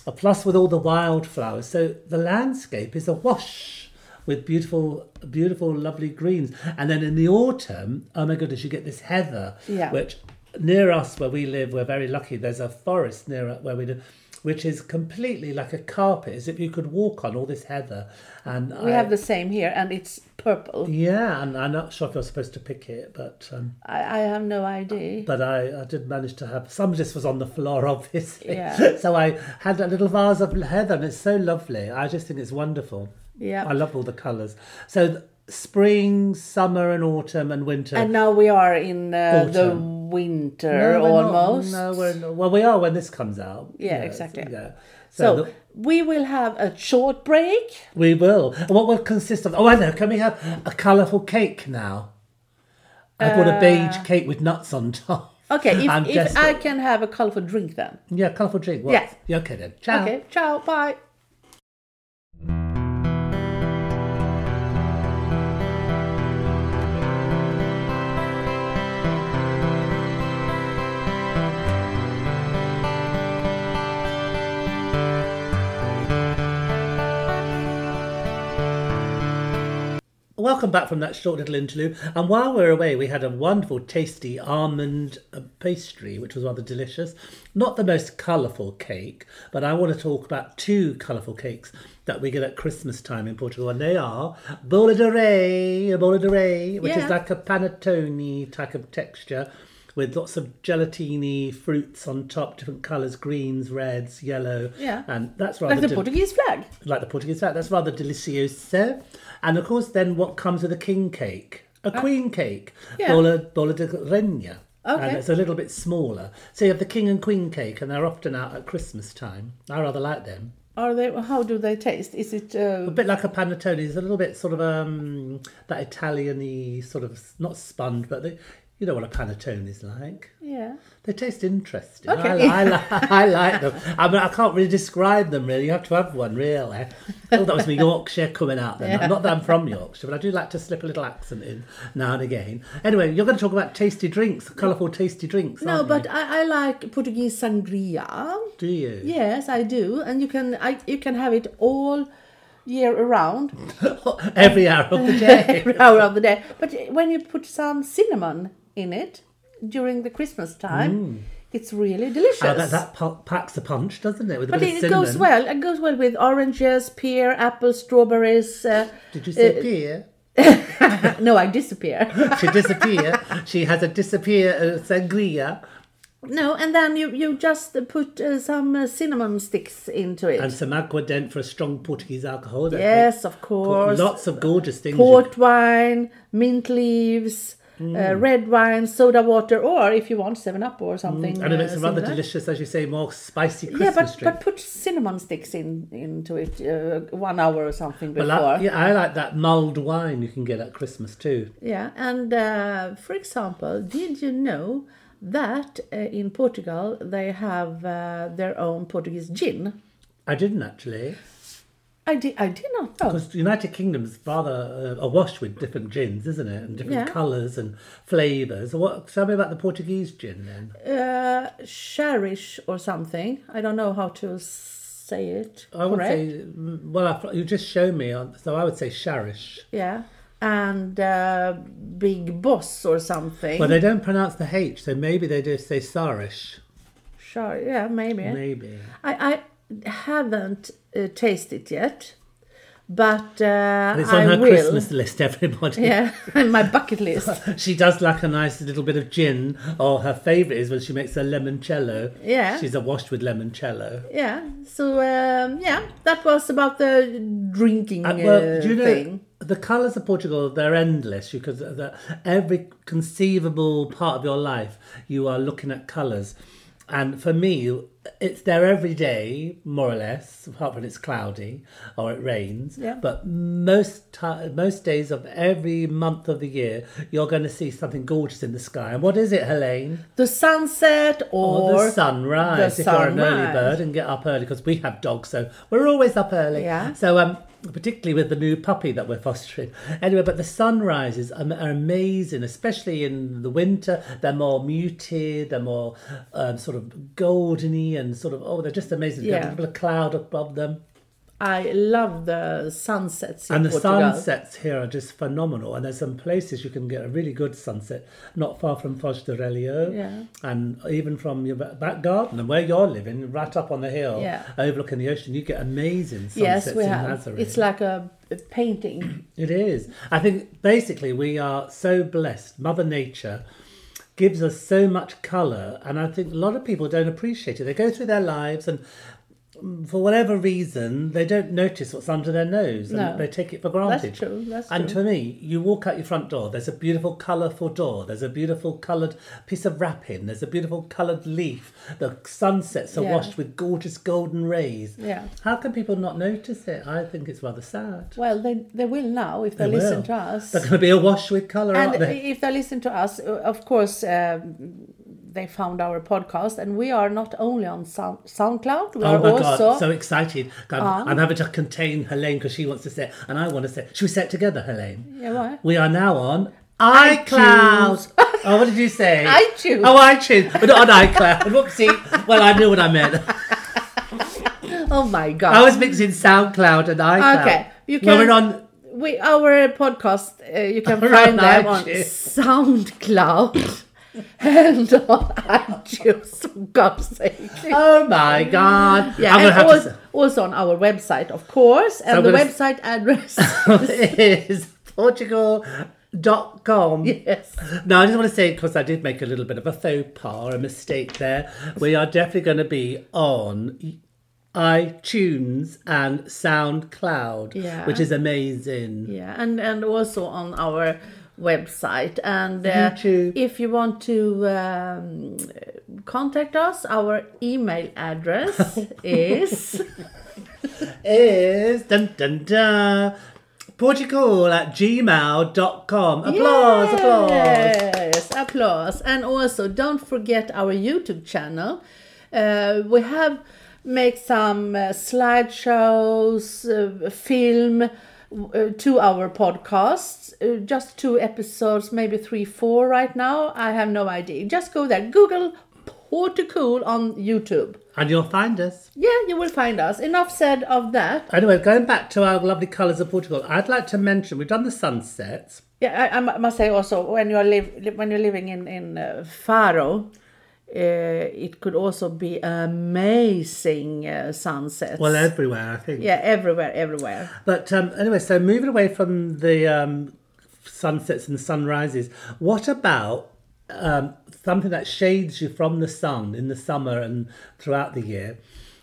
Speaker 1: Uh, Plus, with all the wildflowers, so the landscape is awash with beautiful, beautiful, lovely greens. And then in the autumn, oh my goodness, you get this heather,
Speaker 2: Yeah.
Speaker 1: which near us where we live, we're very lucky. There's a forest near where we live, which is completely like a carpet, as if you could walk on all this heather. And
Speaker 2: we
Speaker 1: I,
Speaker 2: have the same here, and it's purple.
Speaker 1: yeah, and I'm not sure if you're supposed to pick it, but um,
Speaker 2: I, I have no idea.
Speaker 1: but I, I did manage to have some. Just was on the floor, obviously.
Speaker 2: Yeah.
Speaker 1: so I had a little vase of heather, and it's so lovely. I just think it's wonderful.
Speaker 2: Yeah.
Speaker 1: I love all the colours. So th- spring, summer, and autumn, and winter.
Speaker 2: and now we are in uh, the
Speaker 1: Autumn.
Speaker 2: winter
Speaker 1: No, we're not-
Speaker 2: almost.
Speaker 1: no, we're not. well, we are when this comes out.
Speaker 2: Yeah, exactly.
Speaker 1: Yeah. So,
Speaker 2: so
Speaker 1: the-
Speaker 2: we will have a short break.
Speaker 1: we will. And what will consist of? Oh, I know. Can we have a colourful cake now? I bought a beige
Speaker 2: Uh,
Speaker 1: cake with nuts on top.
Speaker 2: Okay,
Speaker 1: I'm
Speaker 2: if, if
Speaker 1: desperate.
Speaker 2: I can have a colorful drink then.
Speaker 1: Yeah, colourful drink. What?
Speaker 2: Yeah.
Speaker 1: Yeah, okay then. Ciao.
Speaker 2: Okay, ciao, bye.
Speaker 1: Welcome back from that short little interlude. And while we were away, we had a wonderful, tasty almond uh, pastry, which was rather delicious. Not the most colourful cake, but I want to talk about two colourful cakes that we get at Christmas time in Portugal, and they are bola de rei, a bola de rei, which
Speaker 2: Yeah.
Speaker 1: is like a panettone type of texture. With lots of gelatini fruits on top, different colours, greens, reds, yellow.
Speaker 2: Yeah.
Speaker 1: And that's rather
Speaker 2: Like the
Speaker 1: del-
Speaker 2: Portuguese flag.
Speaker 1: like the Portuguese flag. That's rather delicioso. And of course, then what comes with a king cake? A queen cake.
Speaker 2: Uh, yeah.
Speaker 1: Bola, bola de Renha. And
Speaker 2: Okay.
Speaker 1: it's a little bit smaller. So you have the king and queen cake, and they're often out at Christmas time. I rather like them.
Speaker 2: Are they? How do they taste? Is it?
Speaker 1: A
Speaker 2: Uh,
Speaker 1: bit like a panettone. It's a little bit sort of um that Italian-y sort of not sponge, but they, you know what a panettone is like.
Speaker 2: yeah.
Speaker 1: They taste interesting.
Speaker 2: Okay.
Speaker 1: I, li- I, li- I like them. I mean, I can't really describe them really. You have to have one really. Oh, that was my Yorkshire coming out then.
Speaker 2: Yeah.
Speaker 1: Not that I'm from Yorkshire, but I do like to slip a little accent in now and again. Anyway, you're going to talk about tasty drinks, colourful tasty drinks.
Speaker 2: No,
Speaker 1: aren't
Speaker 2: but I, I like Portuguese sangria.
Speaker 1: you? do you?
Speaker 2: Yes, I do, and you can I you can have it all year around,
Speaker 1: Every hour of the day.
Speaker 2: every hour of the day. But when you put some cinnamon in it during the Christmas time, it's really delicious.
Speaker 1: Oh, Mm. that that pu- packs a punch, doesn't it? With a
Speaker 2: But
Speaker 1: bit of
Speaker 2: it
Speaker 1: cinnamon.
Speaker 2: goes well. It goes well with oranges, pear, apples, strawberries. Uh,
Speaker 1: Did you say pear?
Speaker 2: no, I disappear.
Speaker 1: She disappear. she has a disappear uh, sangria
Speaker 2: no, and then you, you just put uh, some uh, cinnamon sticks into it.
Speaker 1: and some aquadent for a strong Portuguese alcohol. That
Speaker 2: yes, of
Speaker 1: makes
Speaker 2: course.
Speaker 1: Lots of gorgeous things.
Speaker 2: Port wine, mint leaves, uh,
Speaker 1: Mm.
Speaker 2: red wine, soda water, or if you want Seven Up or something.
Speaker 1: and it makes
Speaker 2: uh,
Speaker 1: it rather
Speaker 2: similar.
Speaker 1: delicious, as you say, more spicy
Speaker 2: Yeah,
Speaker 1: Christmas
Speaker 2: but,
Speaker 1: drink.
Speaker 2: but put cinnamon sticks in into it uh, one hour or something
Speaker 1: I
Speaker 2: before.
Speaker 1: like- yeah, I like that mulled wine you can get at Christmas too.
Speaker 2: Yeah, and uh, for example, did you know that uh, in Portugal they have uh, their own Portuguese gin?
Speaker 1: I didn't actually,
Speaker 2: I did, I did not know.
Speaker 1: because the United Kingdom's rather uh, awash with different gins, isn't it? And different
Speaker 2: Yeah.
Speaker 1: colours and flavours. What? Tell me about the Portuguese gin then.
Speaker 2: Uh, Cherish or something. I don't know how to say it.
Speaker 1: I would
Speaker 2: correct.
Speaker 1: say, mm, well, I, you just show me, on, so I would say Sharish.
Speaker 2: Yeah. And uh, Big Boss or something.
Speaker 1: Well, they don't pronounce the H, so maybe they just say Sarish.
Speaker 2: sure, yeah, maybe.
Speaker 1: Maybe.
Speaker 2: I, I haven't uh, tasted it yet, but uh,
Speaker 1: It's
Speaker 2: I
Speaker 1: on her
Speaker 2: will.
Speaker 1: Christmas list, everybody.
Speaker 2: Yeah, my bucket list.
Speaker 1: She does like a nice little bit of gin, or her favourite is when she makes her limoncello.
Speaker 2: Yeah.
Speaker 1: She's awash with limoncello.
Speaker 2: Yeah. So um, yeah, that was about the drinking
Speaker 1: And, well,
Speaker 2: uh,
Speaker 1: do you know
Speaker 2: thing.
Speaker 1: the colours of Portugal? They're endless because uh, the- every conceivable part of your life, you are looking at colours. And for me, it's there every day, more or less, apart from it's cloudy or it rains.
Speaker 2: Yeah.
Speaker 1: But most ti most days of every month of the year, you're going to see something gorgeous in the sky. And what is it, Helene?
Speaker 2: The sunset or,
Speaker 1: Or Oh, the sunrise
Speaker 2: the
Speaker 1: if you're an early
Speaker 2: sunrise.
Speaker 1: bird and get up early because we have dogs, so we're always up early.
Speaker 2: Yeah.
Speaker 1: So um, particularly with the new puppy that we're fostering. Anyway, but the sunrises are, are amazing, especially in the winter. They're more muted, they're more um, sort of goldeny and sort of oh, they're just amazing. They've got
Speaker 2: Yeah.
Speaker 1: a little cloud above them,
Speaker 2: I love the sunsets in
Speaker 1: and the
Speaker 2: Portugal.
Speaker 1: sunsets here are just phenomenal. And there's some places you can get a really good sunset, not far from Foz de Relio.
Speaker 2: Yeah.
Speaker 1: And even from your ba- back garden and where you're living, right up on the hill,
Speaker 2: Yeah.
Speaker 1: overlooking the ocean, you get amazing sunsets
Speaker 2: Yes, we
Speaker 1: in
Speaker 2: have.
Speaker 1: Nazareth.
Speaker 2: It's like a, a painting.
Speaker 1: It is. I think basically we are so blessed. Mother Nature gives us so much colour, and I think a lot of people don't appreciate it. They go through their lives and mm, for whatever reason, they don't notice what's under their nose
Speaker 2: No.
Speaker 1: and they take it for granted.
Speaker 2: true, that's
Speaker 1: and
Speaker 2: true.
Speaker 1: for me, you walk out your front door, there's a beautiful, colourful door, there's a beautiful coloured piece of wrapping, there's a beautiful coloured leaf, the sunsets are
Speaker 2: Yeah.
Speaker 1: washed with gorgeous golden rays.
Speaker 2: Yeah.
Speaker 1: How can people not notice it? I think it's rather sad.
Speaker 2: Well, they they will now if they,
Speaker 1: They
Speaker 2: listen
Speaker 1: will.
Speaker 2: to us.
Speaker 1: They're going to be awash with colour, aren't
Speaker 2: and
Speaker 1: they?
Speaker 2: if they listen to us, uh, of course, um, they found our podcast, and we are not only on Sound, SoundCloud, we
Speaker 1: Oh
Speaker 2: are
Speaker 1: my
Speaker 2: also
Speaker 1: god, so excited. I'm, I'm having to contain Helene because she wants to say it and I want to say it. Should we say it together, Helene?
Speaker 2: Yeah, why?
Speaker 1: We are now on iCloud. oh, what did you say?
Speaker 2: iTunes.
Speaker 1: Oh, iTunes. We're not on iCloud. Whoopsie. Well, I knew what I meant.
Speaker 2: Oh my God!
Speaker 1: I was mixing SoundCloud and iCloud.
Speaker 2: Okay, you
Speaker 1: Well,
Speaker 2: can-
Speaker 1: we're on
Speaker 2: We our podcast uh, you can
Speaker 1: We're
Speaker 2: find
Speaker 1: on
Speaker 2: them on
Speaker 1: iTunes.
Speaker 2: SoundCloud and on iTunes. For God's sake!
Speaker 1: Oh my god.
Speaker 2: Yeah,
Speaker 1: I'm going
Speaker 2: and
Speaker 1: to have
Speaker 2: also, also on our website, of course, and
Speaker 1: I'm
Speaker 2: the
Speaker 1: gonna-
Speaker 2: website address.
Speaker 1: to is portugal.com.
Speaker 2: yes,
Speaker 1: Now, I just want to say, because I did make a little bit of a faux pas, a mistake there. We are definitely going to be on iTunes and SoundCloud,
Speaker 2: Yeah.
Speaker 1: which is amazing.
Speaker 2: yeah, and and also on our website. And uh,
Speaker 1: YouTube.
Speaker 2: if you want to um, contact us, our email address is
Speaker 1: Is dun dun dun Portugal at gmail.com. Applause, applause.
Speaker 2: Yes, applause. And also, don't forget our YouTube channel. Uh, we have make some uh, slideshows, uh, film uh, to our podcasts. Uh, just two episodes, maybe three, four right now. I have no idea. Just go there. Google Porticool on YouTube.
Speaker 1: And you'll find us.
Speaker 2: Yeah, you will find us. Enough said of that.
Speaker 1: Anyway, going back to our lovely colours of Portugal, I'd like to mention we've done the sunsets.
Speaker 2: Yeah, I, I mu- must say also when you're live li- when you're living in in uh, Faro, uh, it could also be amazing uh, sunsets.
Speaker 1: Well, everywhere, I think.
Speaker 2: yeah, everywhere, everywhere.
Speaker 1: But um, anyway, so moving away from the um, sunsets and sunrises, what about um, something that shades you from the sun in the summer and throughout the year?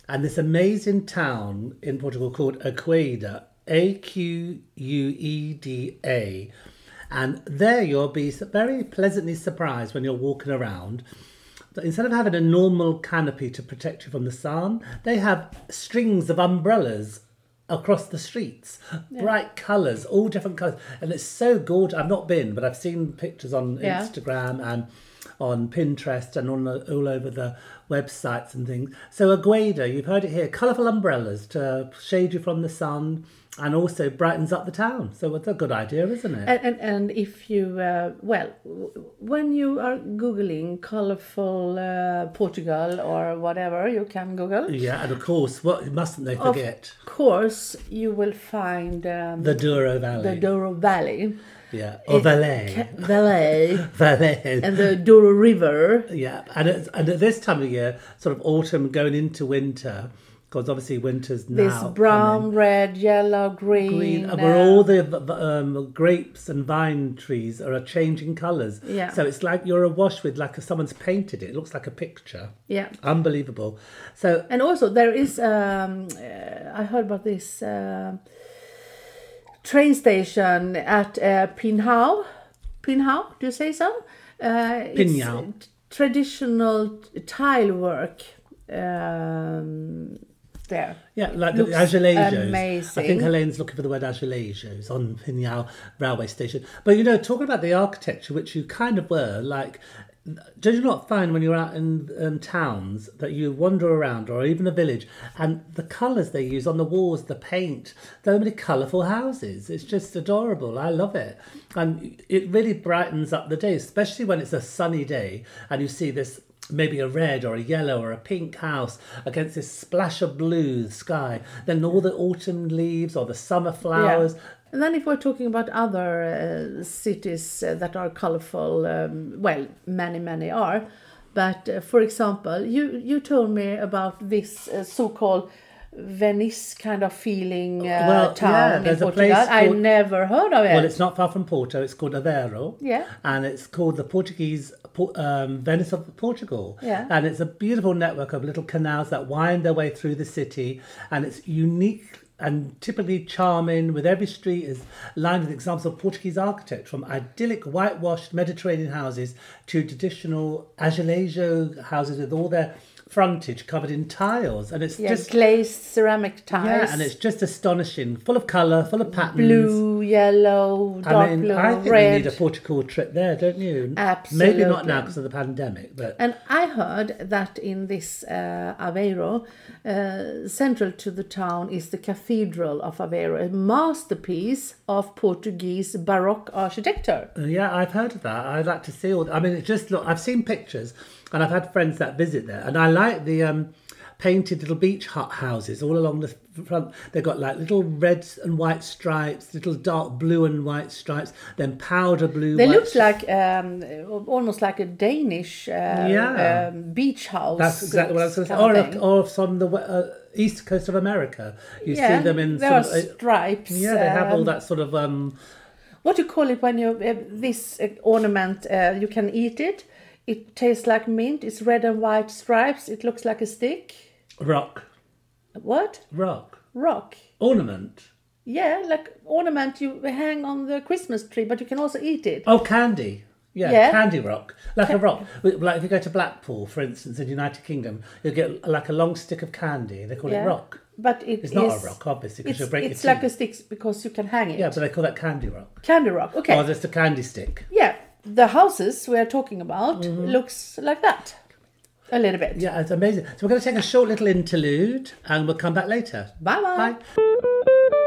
Speaker 1: And this amazing town in Portugal called Aqueda, A Q U E D A. And there you'll be s- very pleasantly surprised when you're walking around. that Instead of having a normal canopy to protect you from the sun, they have strings of umbrellas across the streets. Bright colours, all different colours. And it's so gorgeous. I've not been, but I've seen pictures on
Speaker 2: Yeah.
Speaker 1: Instagram and on Pinterest and on the, all over the websites and things. So Agueda, you've heard it here, colourful umbrellas to shade you from the sun and also brightens up the town. So it's a good idea, isn't it?
Speaker 2: And and, and if you uh, well, w- when you are googling colorful uh, Portugal or whatever, you can Google.
Speaker 1: yeah, and of course, what mustn't they
Speaker 2: Of
Speaker 1: forget?
Speaker 2: course, you will find um,
Speaker 1: The Douro
Speaker 2: the
Speaker 1: Valley.
Speaker 2: Douro Valley, Um,
Speaker 1: yeah, or Valais.
Speaker 2: Valley,
Speaker 1: Valais.
Speaker 2: and the Douro River.
Speaker 1: Yeah, and it's, and at this time of year, sort of autumn going into winter, because obviously winter's now
Speaker 2: This brown, red, yellow, green.
Speaker 1: coming green, and
Speaker 2: uh,
Speaker 1: where all the v- v- um, grapes and vine trees are changing colours.
Speaker 2: Yeah.
Speaker 1: So it's like you're awash with like someone's painted it. It looks like a picture.
Speaker 2: yeah.
Speaker 1: Unbelievable. So
Speaker 2: And also there is um, uh, I heard about this uh, train station at uh, Pinhao. Pinhao, do you say so? Uh, it's
Speaker 1: Pinhao.
Speaker 2: t- Traditional t- tile work um, there.
Speaker 1: yeah, like the
Speaker 2: Looks
Speaker 1: azulejos. I
Speaker 2: amazing.
Speaker 1: think Helene's looking for the word azulejos on Pinhao railway station. But you know, talking about the architecture, which you kind of were like. Do you not find when you're out in um, towns that you wander around or even a village and the colours they use on the walls, the paint, so many colourful houses. It's just adorable. I love it. And it really brightens up the day, especially when it's a sunny day and you see this maybe a red or a yellow or a pink house against this splash of blue sky. Then all the autumn leaves or the summer flowers.
Speaker 2: And then, if we're talking about other uh, cities uh, that are colorful, um, well, many, many are. But uh, for example, you you told me about this uh, so-called Venice kind of feeling uh,
Speaker 1: Well, yeah,
Speaker 2: town in
Speaker 1: there's a
Speaker 2: Portugal.
Speaker 1: place
Speaker 2: I
Speaker 1: called-
Speaker 2: never heard of it.
Speaker 1: Well, it's not far from Porto. It's called Aveiro.
Speaker 2: Yeah.
Speaker 1: And it's called the Portuguese Por- um, Venice of Portugal.
Speaker 2: Yeah.
Speaker 1: And it's a beautiful network of little canals that wind their way through the city, and it's unique. And typically charming, with every street is lined with examples of Portuguese architecture, from idyllic whitewashed Mediterranean houses to traditional Azulejo houses with all their frontage covered in tiles, and it's
Speaker 2: yeah,
Speaker 1: just
Speaker 2: glazed ceramic tiles,
Speaker 1: yeah, and it's just astonishing, full of colour, full of patterns,
Speaker 2: blue, yellow, dark
Speaker 1: I mean,
Speaker 2: blue,
Speaker 1: I think
Speaker 2: red.
Speaker 1: we need a Portugal trip there, don't you?
Speaker 2: Absolutely.
Speaker 1: Maybe not now because of the pandemic, but
Speaker 2: And I heard that in this uh, Aveiro, uh, central to the town is the Cathedral of Aveiro, a masterpiece of Portuguese Baroque architecture.
Speaker 1: uh, yeah, I've heard of that. I'd like to see all. I mean, it just look. I've seen pictures, and I've had friends that visit there, and I like the um, painted little beach hut houses all along the front. They've got like little red and white stripes, little dark blue and white stripes, then powder blue.
Speaker 2: They
Speaker 1: white
Speaker 2: look
Speaker 1: stripes.
Speaker 2: like um, almost like a Danish uh,
Speaker 1: Yeah.
Speaker 2: um, beach house.
Speaker 1: That's exactly what I was going to say. Oh,
Speaker 2: kind of
Speaker 1: Or,
Speaker 2: thing.
Speaker 1: or from the we- uh, east coast of America, you
Speaker 2: Yeah,
Speaker 1: see them in
Speaker 2: there
Speaker 1: sort
Speaker 2: are
Speaker 1: of, uh,
Speaker 2: stripes.
Speaker 1: yeah, they have all
Speaker 2: um,
Speaker 1: that sort of um,
Speaker 2: What do you call it when you uh, this uh, ornament? Uh, you can eat it. It tastes like mint. It's red and white stripes. It looks like a stick.
Speaker 1: rock,
Speaker 2: What?
Speaker 1: rock.
Speaker 2: Rock.
Speaker 1: ornament.
Speaker 2: Yeah, like ornament you hang on the Christmas tree, but you can also eat it.
Speaker 1: Oh, candy. Yeah,
Speaker 2: Yeah.
Speaker 1: candy rock. Like a rock. Like if you go to Blackpool, for instance, in the United Kingdom, you'll get like a long stick of candy. They call
Speaker 2: yeah.
Speaker 1: it rock.
Speaker 2: But it
Speaker 1: It's not
Speaker 2: is-
Speaker 1: a rock, obviously, because
Speaker 2: It's,
Speaker 1: you'll break
Speaker 2: it's
Speaker 1: your
Speaker 2: like
Speaker 1: teeth.
Speaker 2: a stick because you can hang it.
Speaker 1: Yeah, but they call that candy rock.
Speaker 2: Candy rock. Okay.
Speaker 1: Or just a candy stick.
Speaker 2: yeah, the houses we are talking about looks like that, a little bit.
Speaker 1: Mm-hmm. Yeah, it's amazing. So we're going to take a short little interlude and we'll come back later.
Speaker 2: Bye bye.
Speaker 1: Bye.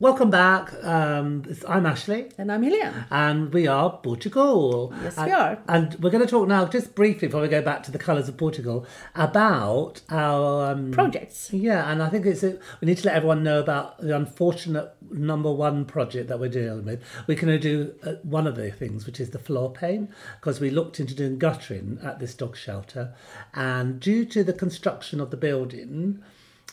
Speaker 1: Welcome back. Um, it's- I'm Ashley.
Speaker 2: And I'm Helene.
Speaker 1: And we are Portugal.
Speaker 2: Yes,
Speaker 1: and,
Speaker 2: we are.
Speaker 1: And we're going to talk now, just briefly before we go back to the colours of Portugal, about our um,
Speaker 2: Projects.
Speaker 1: yeah, and I think it's a, we need to let everyone know about the unfortunate number one project that we're dealing with. We're going to do uh, one of the things, which is the floor pane, because we looked into doing guttering at this dog shelter, and due to the construction of the building,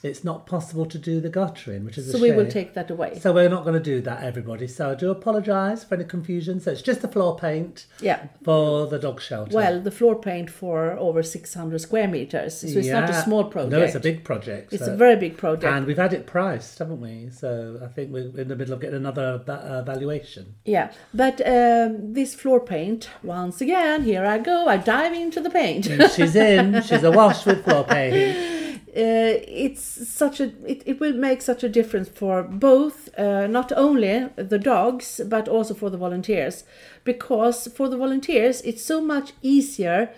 Speaker 1: it's not possible to do the guttering, which is a
Speaker 2: So we will
Speaker 1: shame.
Speaker 2: take that away.
Speaker 1: So we're not going to do that, everybody. So I do apologise for any confusion. So it's just the floor paint
Speaker 2: yeah.
Speaker 1: for the dog shelter.
Speaker 2: Well, the floor paint for over 600 square meters, so it's not a
Speaker 1: Yeah.
Speaker 2: small project.
Speaker 1: No, it's a uh, big project.
Speaker 2: It's
Speaker 1: so-
Speaker 2: a very big project.
Speaker 1: And we've had it priced, haven't we? So I think we're in the middle of getting another ba- uh, valuation.
Speaker 2: yeah, but um, this floor paint, once again, here I go, I dive into the paint. uh,
Speaker 1: She's in. She's awash with floor paint.
Speaker 2: Uh, it's such a, it, it will make such a difference for both, uh, not only the dogs, but also for the volunteers. Because for the volunteers, it's so much easier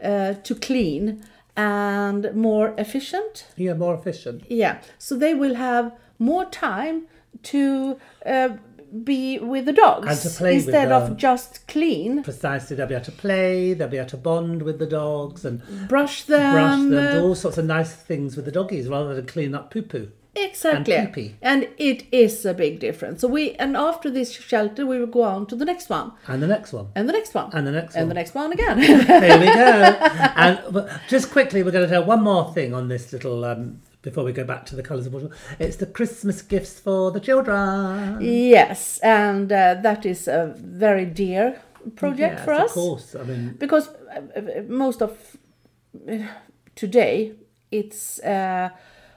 Speaker 2: uh, to clean and more efficient.
Speaker 1: Yeah, more efficient.
Speaker 2: Yeah, so they will have more time to uh, be with the dogs
Speaker 1: And to play with
Speaker 2: instead
Speaker 1: them.
Speaker 2: of just clean,
Speaker 1: Precisely. They'll be able to play. They'll be able to bond with the dogs and
Speaker 2: brush them,
Speaker 1: brush them. Do
Speaker 2: uh,
Speaker 1: all sorts of nice things with the doggies rather than clean up poo poo.
Speaker 2: exactly.
Speaker 1: and pee-pee.
Speaker 2: And it is a big difference. So we and after this shelter, we will go on to the next one
Speaker 1: And the next one.
Speaker 2: and the next one
Speaker 1: And the next
Speaker 2: and
Speaker 1: one.
Speaker 2: the next one again.
Speaker 1: There we go. and but just quickly, we're going to tell one more thing on this little. Um, before we go back to the colours of Portugal, it's the Christmas gifts for the children.
Speaker 2: yes, and uh, that is a very dear project
Speaker 1: Yes,
Speaker 2: for us.
Speaker 1: of course. I mean,
Speaker 2: because uh, uh, most of uh, today it's uh,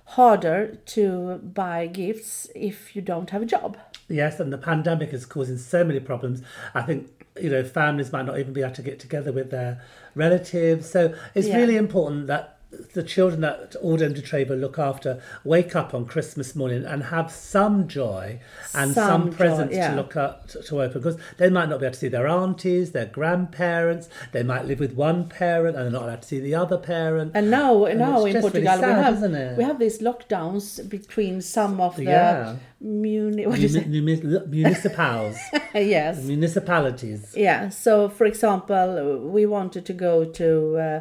Speaker 2: harder to buy gifts if you don't have a job.
Speaker 1: Yes, and the pandemic is causing so many problems. I think you know families might not even be able to get together with their relatives. So it's
Speaker 2: Yeah.
Speaker 1: really important that the children that Alden de Trevo look after wake up on Christmas morning and have some joy and some,
Speaker 2: Some joy,
Speaker 1: presents
Speaker 2: yeah.
Speaker 1: to look at to, to open because they might not be able to see their aunties, their grandparents. They might live with one parent and they're not allowed to see the other parent.
Speaker 2: And now,
Speaker 1: it's
Speaker 2: now in
Speaker 1: just
Speaker 2: Portugal
Speaker 1: really sad,
Speaker 2: we have
Speaker 1: isn't it?
Speaker 2: we have these lockdowns between some of the
Speaker 1: Yeah.
Speaker 2: muni- what do you
Speaker 1: Muni-
Speaker 2: say?
Speaker 1: muni- municipals,
Speaker 2: yes.
Speaker 1: municipalities.
Speaker 2: Yeah. So, for example, we wanted to go to uh,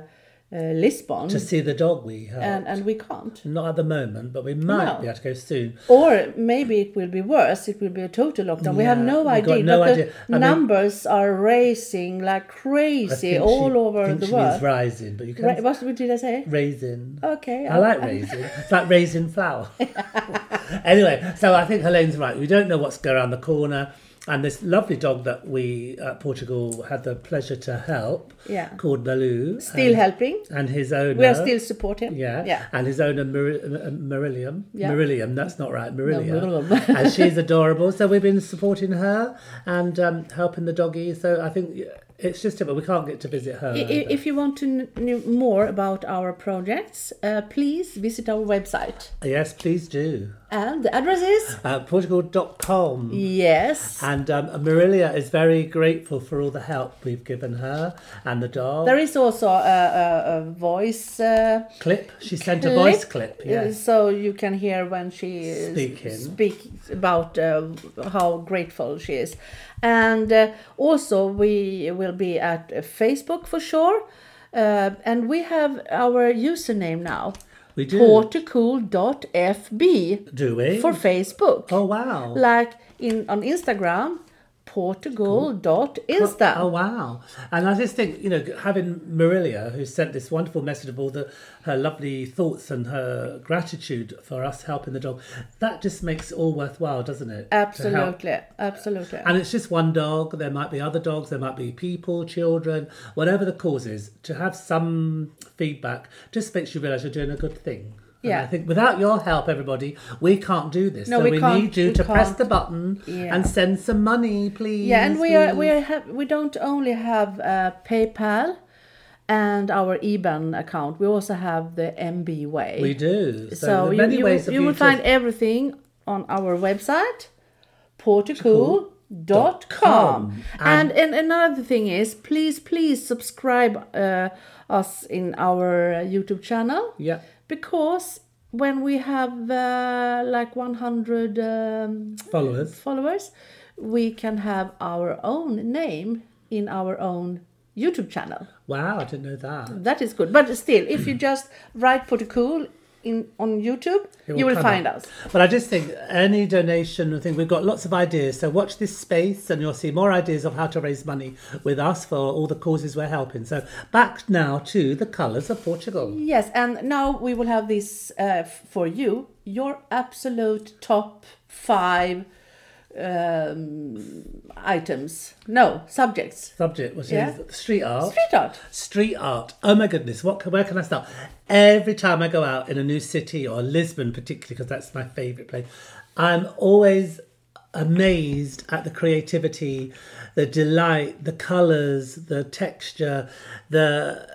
Speaker 2: uh, Lisbon,
Speaker 1: To see the dog we have.
Speaker 2: and, and we can't.
Speaker 1: Not at the moment, but we might
Speaker 2: No.
Speaker 1: be able to go soon.
Speaker 2: Or maybe it will be worse. It will be a total lockdown. we have
Speaker 1: Yeah,
Speaker 2: no
Speaker 1: we got
Speaker 2: idea.
Speaker 1: no
Speaker 2: but
Speaker 1: idea. I
Speaker 2: the
Speaker 1: mean-
Speaker 2: numbers are racing like
Speaker 1: I
Speaker 2: crazy
Speaker 1: think
Speaker 2: all
Speaker 1: she-
Speaker 2: over
Speaker 1: think
Speaker 2: the
Speaker 1: she
Speaker 2: world. oh,
Speaker 1: Means rising, but you can
Speaker 2: Ra- what did I say?
Speaker 1: raisin.
Speaker 2: Okay.
Speaker 1: I like raisin. It's like raisin flour. anyway, so I think Helene's right. We don't know what's going around the corner. And this lovely dog that we at Portugal had the pleasure to help,
Speaker 2: Yeah.
Speaker 1: called Baloo,
Speaker 2: Still
Speaker 1: and,
Speaker 2: helping.
Speaker 1: and his owner.
Speaker 2: We are still supporting.
Speaker 1: Yeah.
Speaker 2: Yeah.
Speaker 1: And his owner, uh, Mar- Marillium.
Speaker 2: Yeah.
Speaker 1: Marillium, that's not right. Marillium.
Speaker 2: Marillium.
Speaker 1: and she's adorable. So we've been supporting her and um, helping the doggy. So I think it's just difficult. We can't get to visit her.
Speaker 2: I- i- If you want to kn- know more about our projects, uh, please visit our website.
Speaker 1: yes, please do.
Speaker 2: And the address is
Speaker 1: Uh, Portugal.com.
Speaker 2: yes.
Speaker 1: And um, Marilia is very grateful for all the help we've given her and the dog.
Speaker 2: There is also a, a, a voice uh,
Speaker 1: clip. She sent a voice clip.
Speaker 2: uh,
Speaker 1: Yes.
Speaker 2: So you can hear when she is
Speaker 1: Speaking.
Speaker 2: speaks about uh, how grateful she is. And uh, also, we will be at Facebook for sure. Uh, and we have our username now
Speaker 1: We do.
Speaker 2: porticool.fb
Speaker 1: do we?
Speaker 2: for Facebook.
Speaker 1: oh, wow.
Speaker 2: Like in on Instagram, Portugal.insta.
Speaker 1: Oh wow! And I just think you know, having Marilia, who sent this wonderful message of all the her lovely thoughts and her gratitude for us helping the dog, that just makes it all worthwhile, doesn't it? To help.
Speaker 2: Absolutely, absolutely.
Speaker 1: And it's just one dog. There might be other dogs. There might be people, children, whatever the cause is. To have some feedback just makes you realise you're doing a good thing. And
Speaker 2: Yeah.
Speaker 1: I think without your help, everybody, we can't do this.
Speaker 2: No,
Speaker 1: so
Speaker 2: we
Speaker 1: we,
Speaker 2: can't-
Speaker 1: need you
Speaker 2: we
Speaker 1: to press
Speaker 2: can't.
Speaker 1: the button
Speaker 2: Yeah.
Speaker 1: and send some money, please.
Speaker 2: Yeah, and we are we
Speaker 1: please.
Speaker 2: are ha- we don't only have uh, PayPal and our IBAN account. We also have the MB Way.
Speaker 1: We do. So,
Speaker 2: so
Speaker 1: there are
Speaker 2: you,
Speaker 1: many
Speaker 2: you,
Speaker 1: ways
Speaker 2: will-
Speaker 1: of
Speaker 2: you will
Speaker 1: to-
Speaker 2: find everything on our website portugal.com and, and another thing is please please subscribe uh, us in our uh, youtube channel
Speaker 1: Yeah.
Speaker 2: because when we have uh, like 100 um,
Speaker 1: Followers.
Speaker 2: followers, we can have our own name in our own YouTube channel.
Speaker 1: Wow, I didn't know that.
Speaker 2: That is good. But still, if you just write for the cool in on YouTube,
Speaker 1: It
Speaker 2: you will
Speaker 1: come
Speaker 2: find
Speaker 1: up.
Speaker 2: us.
Speaker 1: But I just think any donation, I think we've got lots of ideas. So watch this space and you'll see more ideas of how to raise money with us for all the causes we're helping. So back now to the colours of Portugal.
Speaker 2: Yes, and now we will have this uh, f- for you your absolute top five um, items. No, subjects.
Speaker 1: Subject, which
Speaker 2: Yeah.
Speaker 1: is street art.
Speaker 2: Street art.
Speaker 1: Street art. Oh my goodness, what can, where can I start? Every time I go out in a new city or Lisbon, particularly because that's my favourite place, I'm always amazed at the creativity, the delight, the colours, the texture, the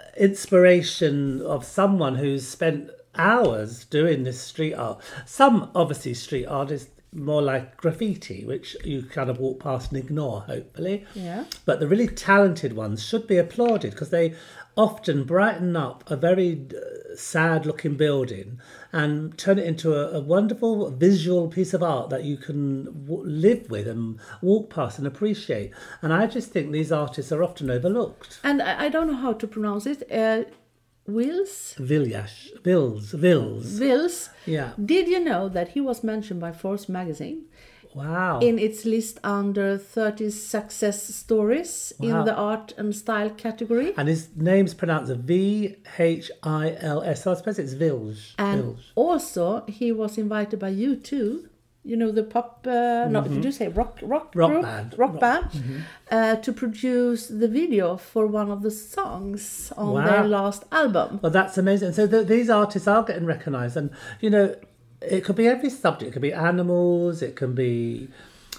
Speaker 1: inspiration of someone who's spent hours doing this street art. Some obviously street art is more like graffiti, which you kind of walk past and ignore, hopefully.
Speaker 2: Yeah.
Speaker 1: But the really talented ones should be applauded because they often brighten up a very uh, sad looking building and turn it into a, a wonderful visual piece of art that you can w- live with and walk past and appreciate. And I just think these artists are often overlooked.
Speaker 2: And I, I don't know how to pronounce it. Uh, Wills?
Speaker 1: Villas, Vills, Vills.
Speaker 2: Wills.
Speaker 1: Yeah.
Speaker 2: Did you know that he was mentioned by Forbes magazine
Speaker 1: Wow.
Speaker 2: in its list under 30 success stories
Speaker 1: Wow.
Speaker 2: in the art and style category?
Speaker 1: and his name's pronounced V H I L S. So I suppose it's Vills.
Speaker 2: And
Speaker 1: Vills.
Speaker 2: also, he was invited by you too. You know the pop, uh, no, did you say rock, rock,
Speaker 1: Mm-hmm. Rock Mm-hmm.
Speaker 2: group?
Speaker 1: band.
Speaker 2: rock, band, uh, to produce the video for one of the songs on their
Speaker 1: Wow.
Speaker 2: last album.
Speaker 1: Well, that's amazing. So th- these artists are getting recognised, and you know, it could be every subject. It could be animals. It can be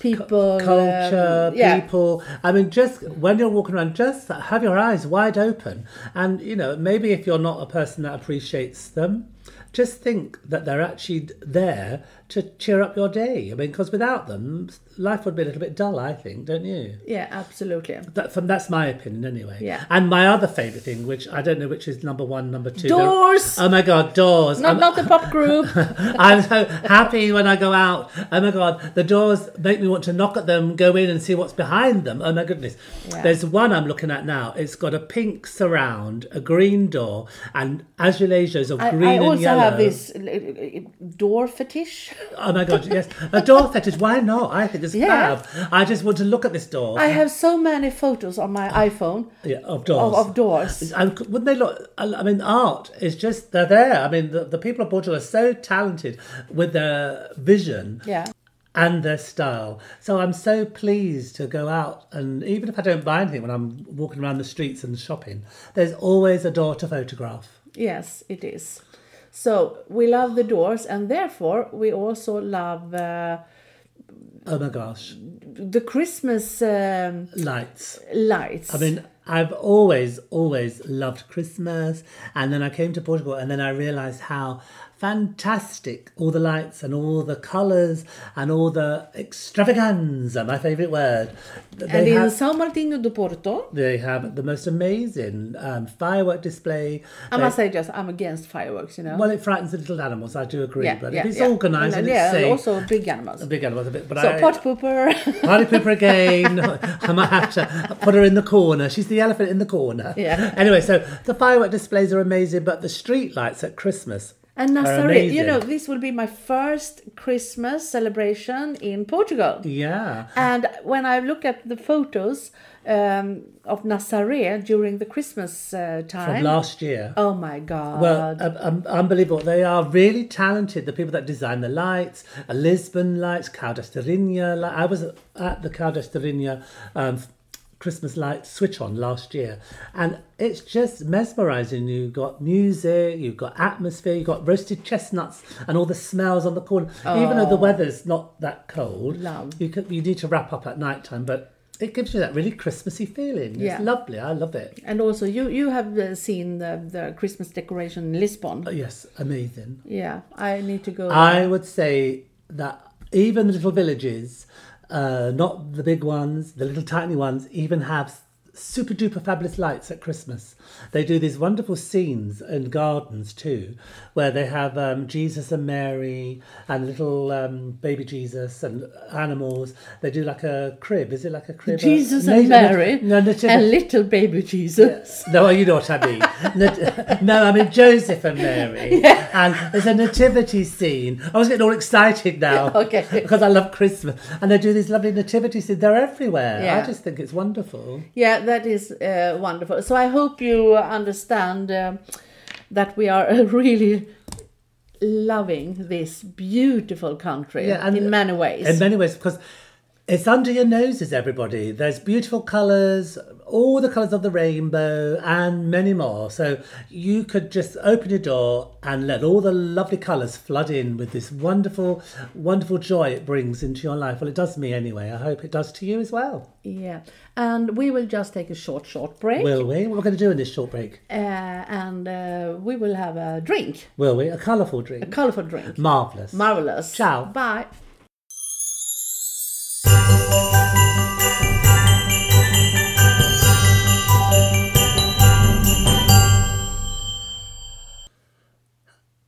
Speaker 2: People,
Speaker 1: culture,
Speaker 2: um, yeah,
Speaker 1: people. I mean, just when you're walking around, just have your eyes wide open, and you know, maybe if you're not a person that appreciates them. Just think that they're actually there to cheer up your day. I mean, because without them, life would be a little bit dull. I think, don't you?
Speaker 2: yeah, absolutely.
Speaker 1: That, from that's my opinion anyway.
Speaker 2: Yeah.
Speaker 1: And my other favourite thing, which I don't know which is number one, number two. they're-
Speaker 2: Doors!
Speaker 1: Oh my god, doors!
Speaker 2: Not,
Speaker 1: I'm,
Speaker 2: not the pop group.
Speaker 1: I'm so happy when I go out. Oh my god, the doors make me want to knock at them, go in and see what's behind them. Oh my goodness.
Speaker 2: Yeah.
Speaker 1: There's one I'm looking at now. It's got a pink surround, a green door, and azulejos of
Speaker 2: I,
Speaker 1: green
Speaker 2: I
Speaker 1: and
Speaker 2: also
Speaker 1: yellow.
Speaker 2: have this uh, uh, door fetish.
Speaker 1: Oh my god, yes, a door fetish. Why not? I think it's
Speaker 2: Yeah.
Speaker 1: fab. I just want to look at this door.
Speaker 2: I have so many photos on my iPhone
Speaker 1: yeah, of doors.
Speaker 2: of, of doors.
Speaker 1: And c- wouldn't they look? I I mean, art is just they're there. I mean, the, the people of Portugal are so talented with their vision
Speaker 2: Yeah.
Speaker 1: and their style. So I'm so pleased to go out, and even if I don't buy anything when I'm walking around the streets and shopping, there's always a door to photograph.
Speaker 2: Yes, it is. So we love the doors, and therefore we also love uh,
Speaker 1: Oh my gosh,
Speaker 2: the Christmas um,
Speaker 1: lights!
Speaker 2: lights.
Speaker 1: I mean, I've always, always loved Christmas, and then I came to Portugal, and then I realised how fantastic all the lights and all the colours and all the extravaganza, my favourite word. that
Speaker 2: and
Speaker 1: they
Speaker 2: in
Speaker 1: have-
Speaker 2: São Martinho do Porto,
Speaker 1: they have the most amazing um, firework display.
Speaker 2: I
Speaker 1: They-
Speaker 2: must say, just I'm against fireworks, you know.
Speaker 1: Well, it frightens the little animals. I do agree, but if it's organised
Speaker 2: And,
Speaker 1: and,
Speaker 2: uh, yeah,
Speaker 1: it's safe,
Speaker 2: also big animals.
Speaker 1: the big animals a bit. But
Speaker 2: so
Speaker 1: I,
Speaker 2: pot pooper.
Speaker 1: Party Pooper again. I might have to put her in the corner. She's the elephant in the corner.
Speaker 2: Yeah.
Speaker 1: Anyway, so the firework displays are amazing, but the street lights at Christmas.
Speaker 2: And Nazareth, you
Speaker 1: amazing.
Speaker 2: know, this will be my first Christmas celebration in Portugal.
Speaker 1: Yeah.
Speaker 2: And when I look at the photos um, of Nazareth during the Christmas uh,
Speaker 1: From
Speaker 2: time,
Speaker 1: last year.
Speaker 2: oh my God!
Speaker 1: Well, um, um, unbelievable. They are really talented. The people that design the lights, uh, Lisbon lights, Caldesterinha. Li- I was at the Caldesterinha um, Christmas light switch on last year, and it's just mesmerizing. You've got music, you've got atmosphere, you've got roasted chestnuts, and all the smells on the corner. Even though the weather's not that cold,
Speaker 2: Oh. Love.
Speaker 1: you can, you need to wrap up at night time, but. It gives you that really Christmassy feeling.
Speaker 2: Yeah.
Speaker 1: It's lovely. I love it.
Speaker 2: and also, you you have uh, seen the, the Christmas decoration in Lisbon.
Speaker 1: Yes, amazing.
Speaker 2: Yeah, I need to go.
Speaker 1: I would say that even the little villages, uh, not the big ones, the little tiny ones, even have super duper fabulous lights at Christmas. They do these wonderful scenes in gardens too, where they have um, Jesus and Mary and little um, baby Jesus and animals. They do like a crib. Is it like a crib?
Speaker 2: Jesus
Speaker 1: Uh,
Speaker 2: and
Speaker 1: no, no,
Speaker 2: Mary
Speaker 1: No, no, no,
Speaker 2: and little baby Jesus.
Speaker 1: no, you know what I mean. Nat- no, I mean Joseph and Mary. And there's a nativity scene. I was getting all excited now.
Speaker 2: Okay.
Speaker 1: Because I love Christmas. And they do these lovely nativity scenes. They're everywhere. I
Speaker 2: Yeah.
Speaker 1: just think it's wonderful.
Speaker 2: Yeah, that is uh, wonderful. So I hope you understand um that we are uh, really loving this beautiful country
Speaker 1: Yeah, and-
Speaker 2: in many ways.
Speaker 1: In many ways, because it's under your noses, everybody. There's beautiful colours, all the colours of the rainbow, and many more. So you could just open your door and let all the lovely colours flood in with this wonderful, wonderful joy it brings into your life. Well, it does me anyway. I hope it does to you as well.
Speaker 2: yeah, and we will just take a short, short break,
Speaker 1: Will we? What we're going to do in this short break?
Speaker 2: uh, and uh, we will have a drink,
Speaker 1: Will we? A colourful
Speaker 2: a
Speaker 1: drink.
Speaker 2: colorful drink.
Speaker 1: Marvellous.
Speaker 2: Marvelous.
Speaker 1: Ciao.
Speaker 2: Bye.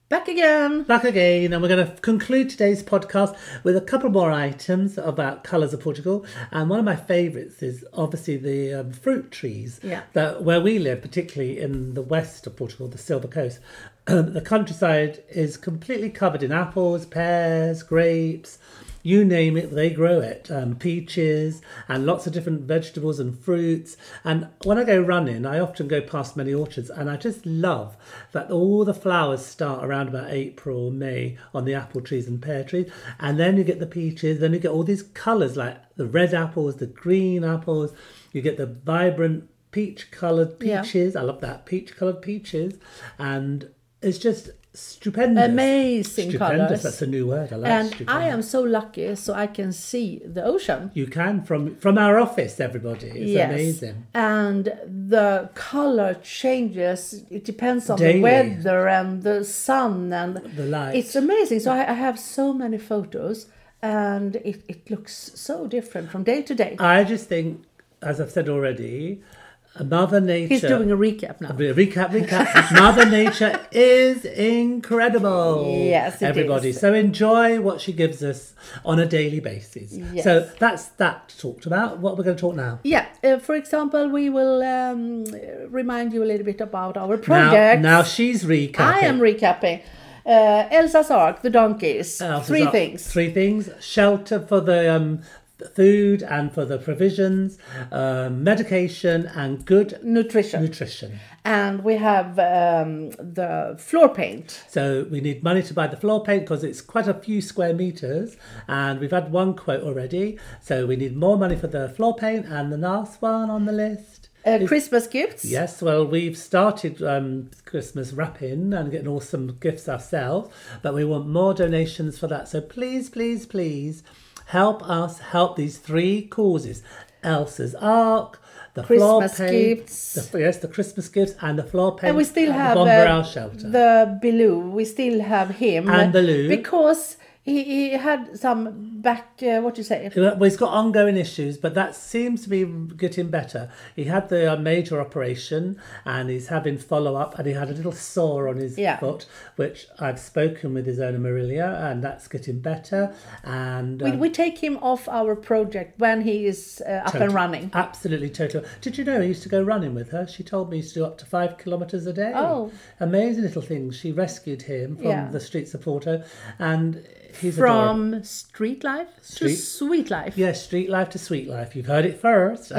Speaker 2: Back again.
Speaker 1: Back again, and we're going to conclude today's podcast with a couple more items about colours of Portugal. And one of my favourites is obviously the um, fruit trees.
Speaker 2: Yeah.
Speaker 1: That where we live, particularly in the west of Portugal, the Silver Coast, the countryside is completely covered in apples, pears, grapes. You name it, they grow it. Um, peaches and lots of different vegetables and fruits. And when I go running, I often go past many orchards, and I just love that all the flowers start around about April, May on the apple trees and pear trees. And then you get the peaches, then you get all these colours like the red apples, the green apples, you get the vibrant peach coloured
Speaker 2: Yeah.
Speaker 1: peaches. I love that peach coloured peaches, and it's just stupendous.
Speaker 2: Amazing
Speaker 1: stupendous.
Speaker 2: colours.
Speaker 1: That's a new word. I like
Speaker 2: and
Speaker 1: stupendous.
Speaker 2: I am so lucky, so I can see the ocean.
Speaker 1: You can from from our office, everybody. It's
Speaker 2: yes.
Speaker 1: amazing.
Speaker 2: And the color changes. It depends on
Speaker 1: Daily.
Speaker 2: the weather and the sun and
Speaker 1: The light.
Speaker 2: It's amazing. So I, I have so many photos, and it, it looks so different from day to day.
Speaker 1: I just think, as I've said already, uh, Mother Nature.
Speaker 2: He's doing a recap now.
Speaker 1: Recap, recap. Mother Nature is incredible.
Speaker 2: Yes, it
Speaker 1: everybody.
Speaker 2: is.
Speaker 1: So enjoy what she gives us on a daily basis.
Speaker 2: Yes.
Speaker 1: So that's that talked about. What we're going to talk now?
Speaker 2: Yeah. Uh, for example, we will um, remind you a little bit about our
Speaker 1: Now,
Speaker 2: project.
Speaker 1: now she's recapping.
Speaker 2: I am recapping. Uh, Elsa's Ark, the donkeys,
Speaker 1: Elsa's
Speaker 2: three
Speaker 1: up-
Speaker 2: things.
Speaker 1: Three things: shelter for the um, food and for the provisions, um, medication, and good
Speaker 2: Nutrition.
Speaker 1: nutrition.
Speaker 2: and we have um, the floor paint.
Speaker 1: So we need money to buy the floor paint because it's quite a few square meters, and we've had one quote already. So we need more money for the floor paint, and the last one on the list.
Speaker 2: Uh, Christmas gifts.
Speaker 1: Yes, well, we've started um, Christmas wrapping and getting awesome gifts ourselves, but we want more donations for that. So please, please, please help us help these three causes Elsa's Ark, the
Speaker 2: Christmas
Speaker 1: floor paint,
Speaker 2: gifts.
Speaker 1: The, yes, the Christmas gifts, and the floor paint.
Speaker 2: And we still
Speaker 1: at
Speaker 2: have
Speaker 1: the Bomber
Speaker 2: uh,
Speaker 1: Owl Shelter.
Speaker 2: the Baloo. We still have him
Speaker 1: And Baloo.
Speaker 2: because he, he had some back, uh, what do you say?
Speaker 1: Well, he's got ongoing issues, but that seems to be getting better. He had the uh, major operation and he's having follow up, and he had a little sore on his
Speaker 2: Yeah.
Speaker 1: foot, which I've spoken with his owner Marilia, and that's getting better. And
Speaker 2: We,
Speaker 1: um,
Speaker 2: we take him off our project when he is uh, up and
Speaker 1: Total-
Speaker 2: running.
Speaker 1: Absolutely, total. Did you know he used to go running with her? She told me he used to do up to five kilometres a day.
Speaker 2: Oh.
Speaker 1: Amazing little thing. She rescued him from
Speaker 2: Yeah.
Speaker 1: the streets of Porto and he's adorable.
Speaker 2: From street life
Speaker 1: Street-
Speaker 2: to sweet life.
Speaker 1: Yes, street life to sweet life. You've heard it first.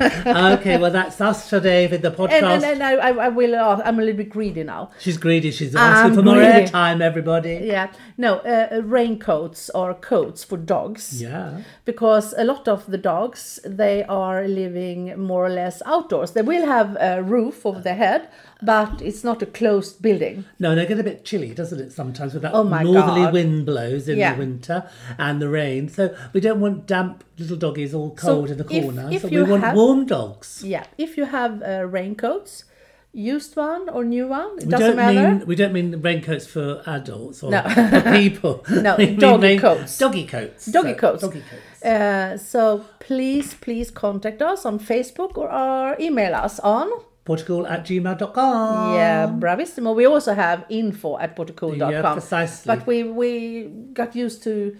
Speaker 1: okay, well, that's us today with the podcast.
Speaker 2: And, and, and I, I, I will, uh, I'm a little bit greedy now.
Speaker 1: she's greedy. She's asking
Speaker 2: I'm
Speaker 1: for more
Speaker 2: greedy.
Speaker 1: airtime, everybody.
Speaker 2: Yeah, no, uh, raincoats or coats for dogs.
Speaker 1: Yeah.
Speaker 2: because a lot of the dogs they are living more or less outdoors they will have a roof over their head but it's not a closed building
Speaker 1: No, and I get a bit chilly, doesn't it, sometimes with that
Speaker 2: Oh my
Speaker 1: northerly
Speaker 2: God.
Speaker 1: wind blows in
Speaker 2: Yeah.
Speaker 1: the winter and the rain. So we don't want damp little doggies all cold in the
Speaker 2: if-
Speaker 1: corner.
Speaker 2: if
Speaker 1: so we
Speaker 2: you
Speaker 1: want
Speaker 2: have-
Speaker 1: warm dogs.
Speaker 2: yeah if you have uh, raincoats used one or new one it
Speaker 1: We don't
Speaker 2: doesn't matter
Speaker 1: mean we don't mean raincoats for adults or
Speaker 2: No.
Speaker 1: for people.
Speaker 2: No,
Speaker 1: We mean
Speaker 2: doggy
Speaker 1: rain-
Speaker 2: coats.
Speaker 1: Doggy coats.
Speaker 2: Doggy
Speaker 1: So,
Speaker 2: coats.
Speaker 1: Doggy coats.
Speaker 2: uh, so please please contact us on facebook or, or email us on
Speaker 1: Portugal at gmail.com.
Speaker 2: yeah bravissimo we also have info at portico.com
Speaker 1: Um, Yeah, precisely.
Speaker 2: but we we got used to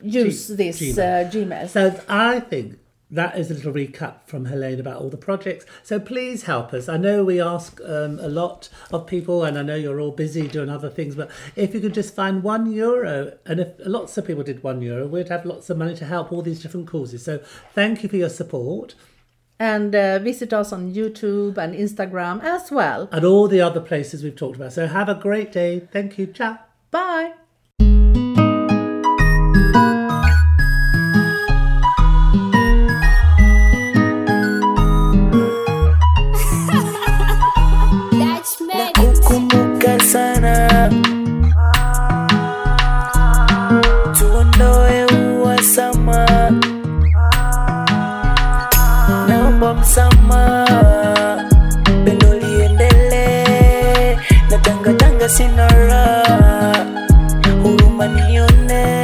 Speaker 2: use
Speaker 1: G-
Speaker 2: this
Speaker 1: Gmail.
Speaker 2: Uh, gmail
Speaker 1: So I think that is a little recap from Helene about all the projects. So please help us. I know we ask um, a lot of people, and I know you're all busy doing other things, but if you could just find one euro, and if lots of people did one euro, we'd have lots of money to help all these different causes. So thank you for your support
Speaker 2: and uh, visit us on YouTube and Instagram as well.
Speaker 1: and all the other places we've talked about. So have a great day. Thank you. Ciao.
Speaker 2: Bye!
Speaker 3: That's magic.
Speaker 4: Kukumbuka sana tuondoe uwasama, naomba msamaha, pendo liendelee, na tangatanga sina raha, huruma nione uh, uh, uh.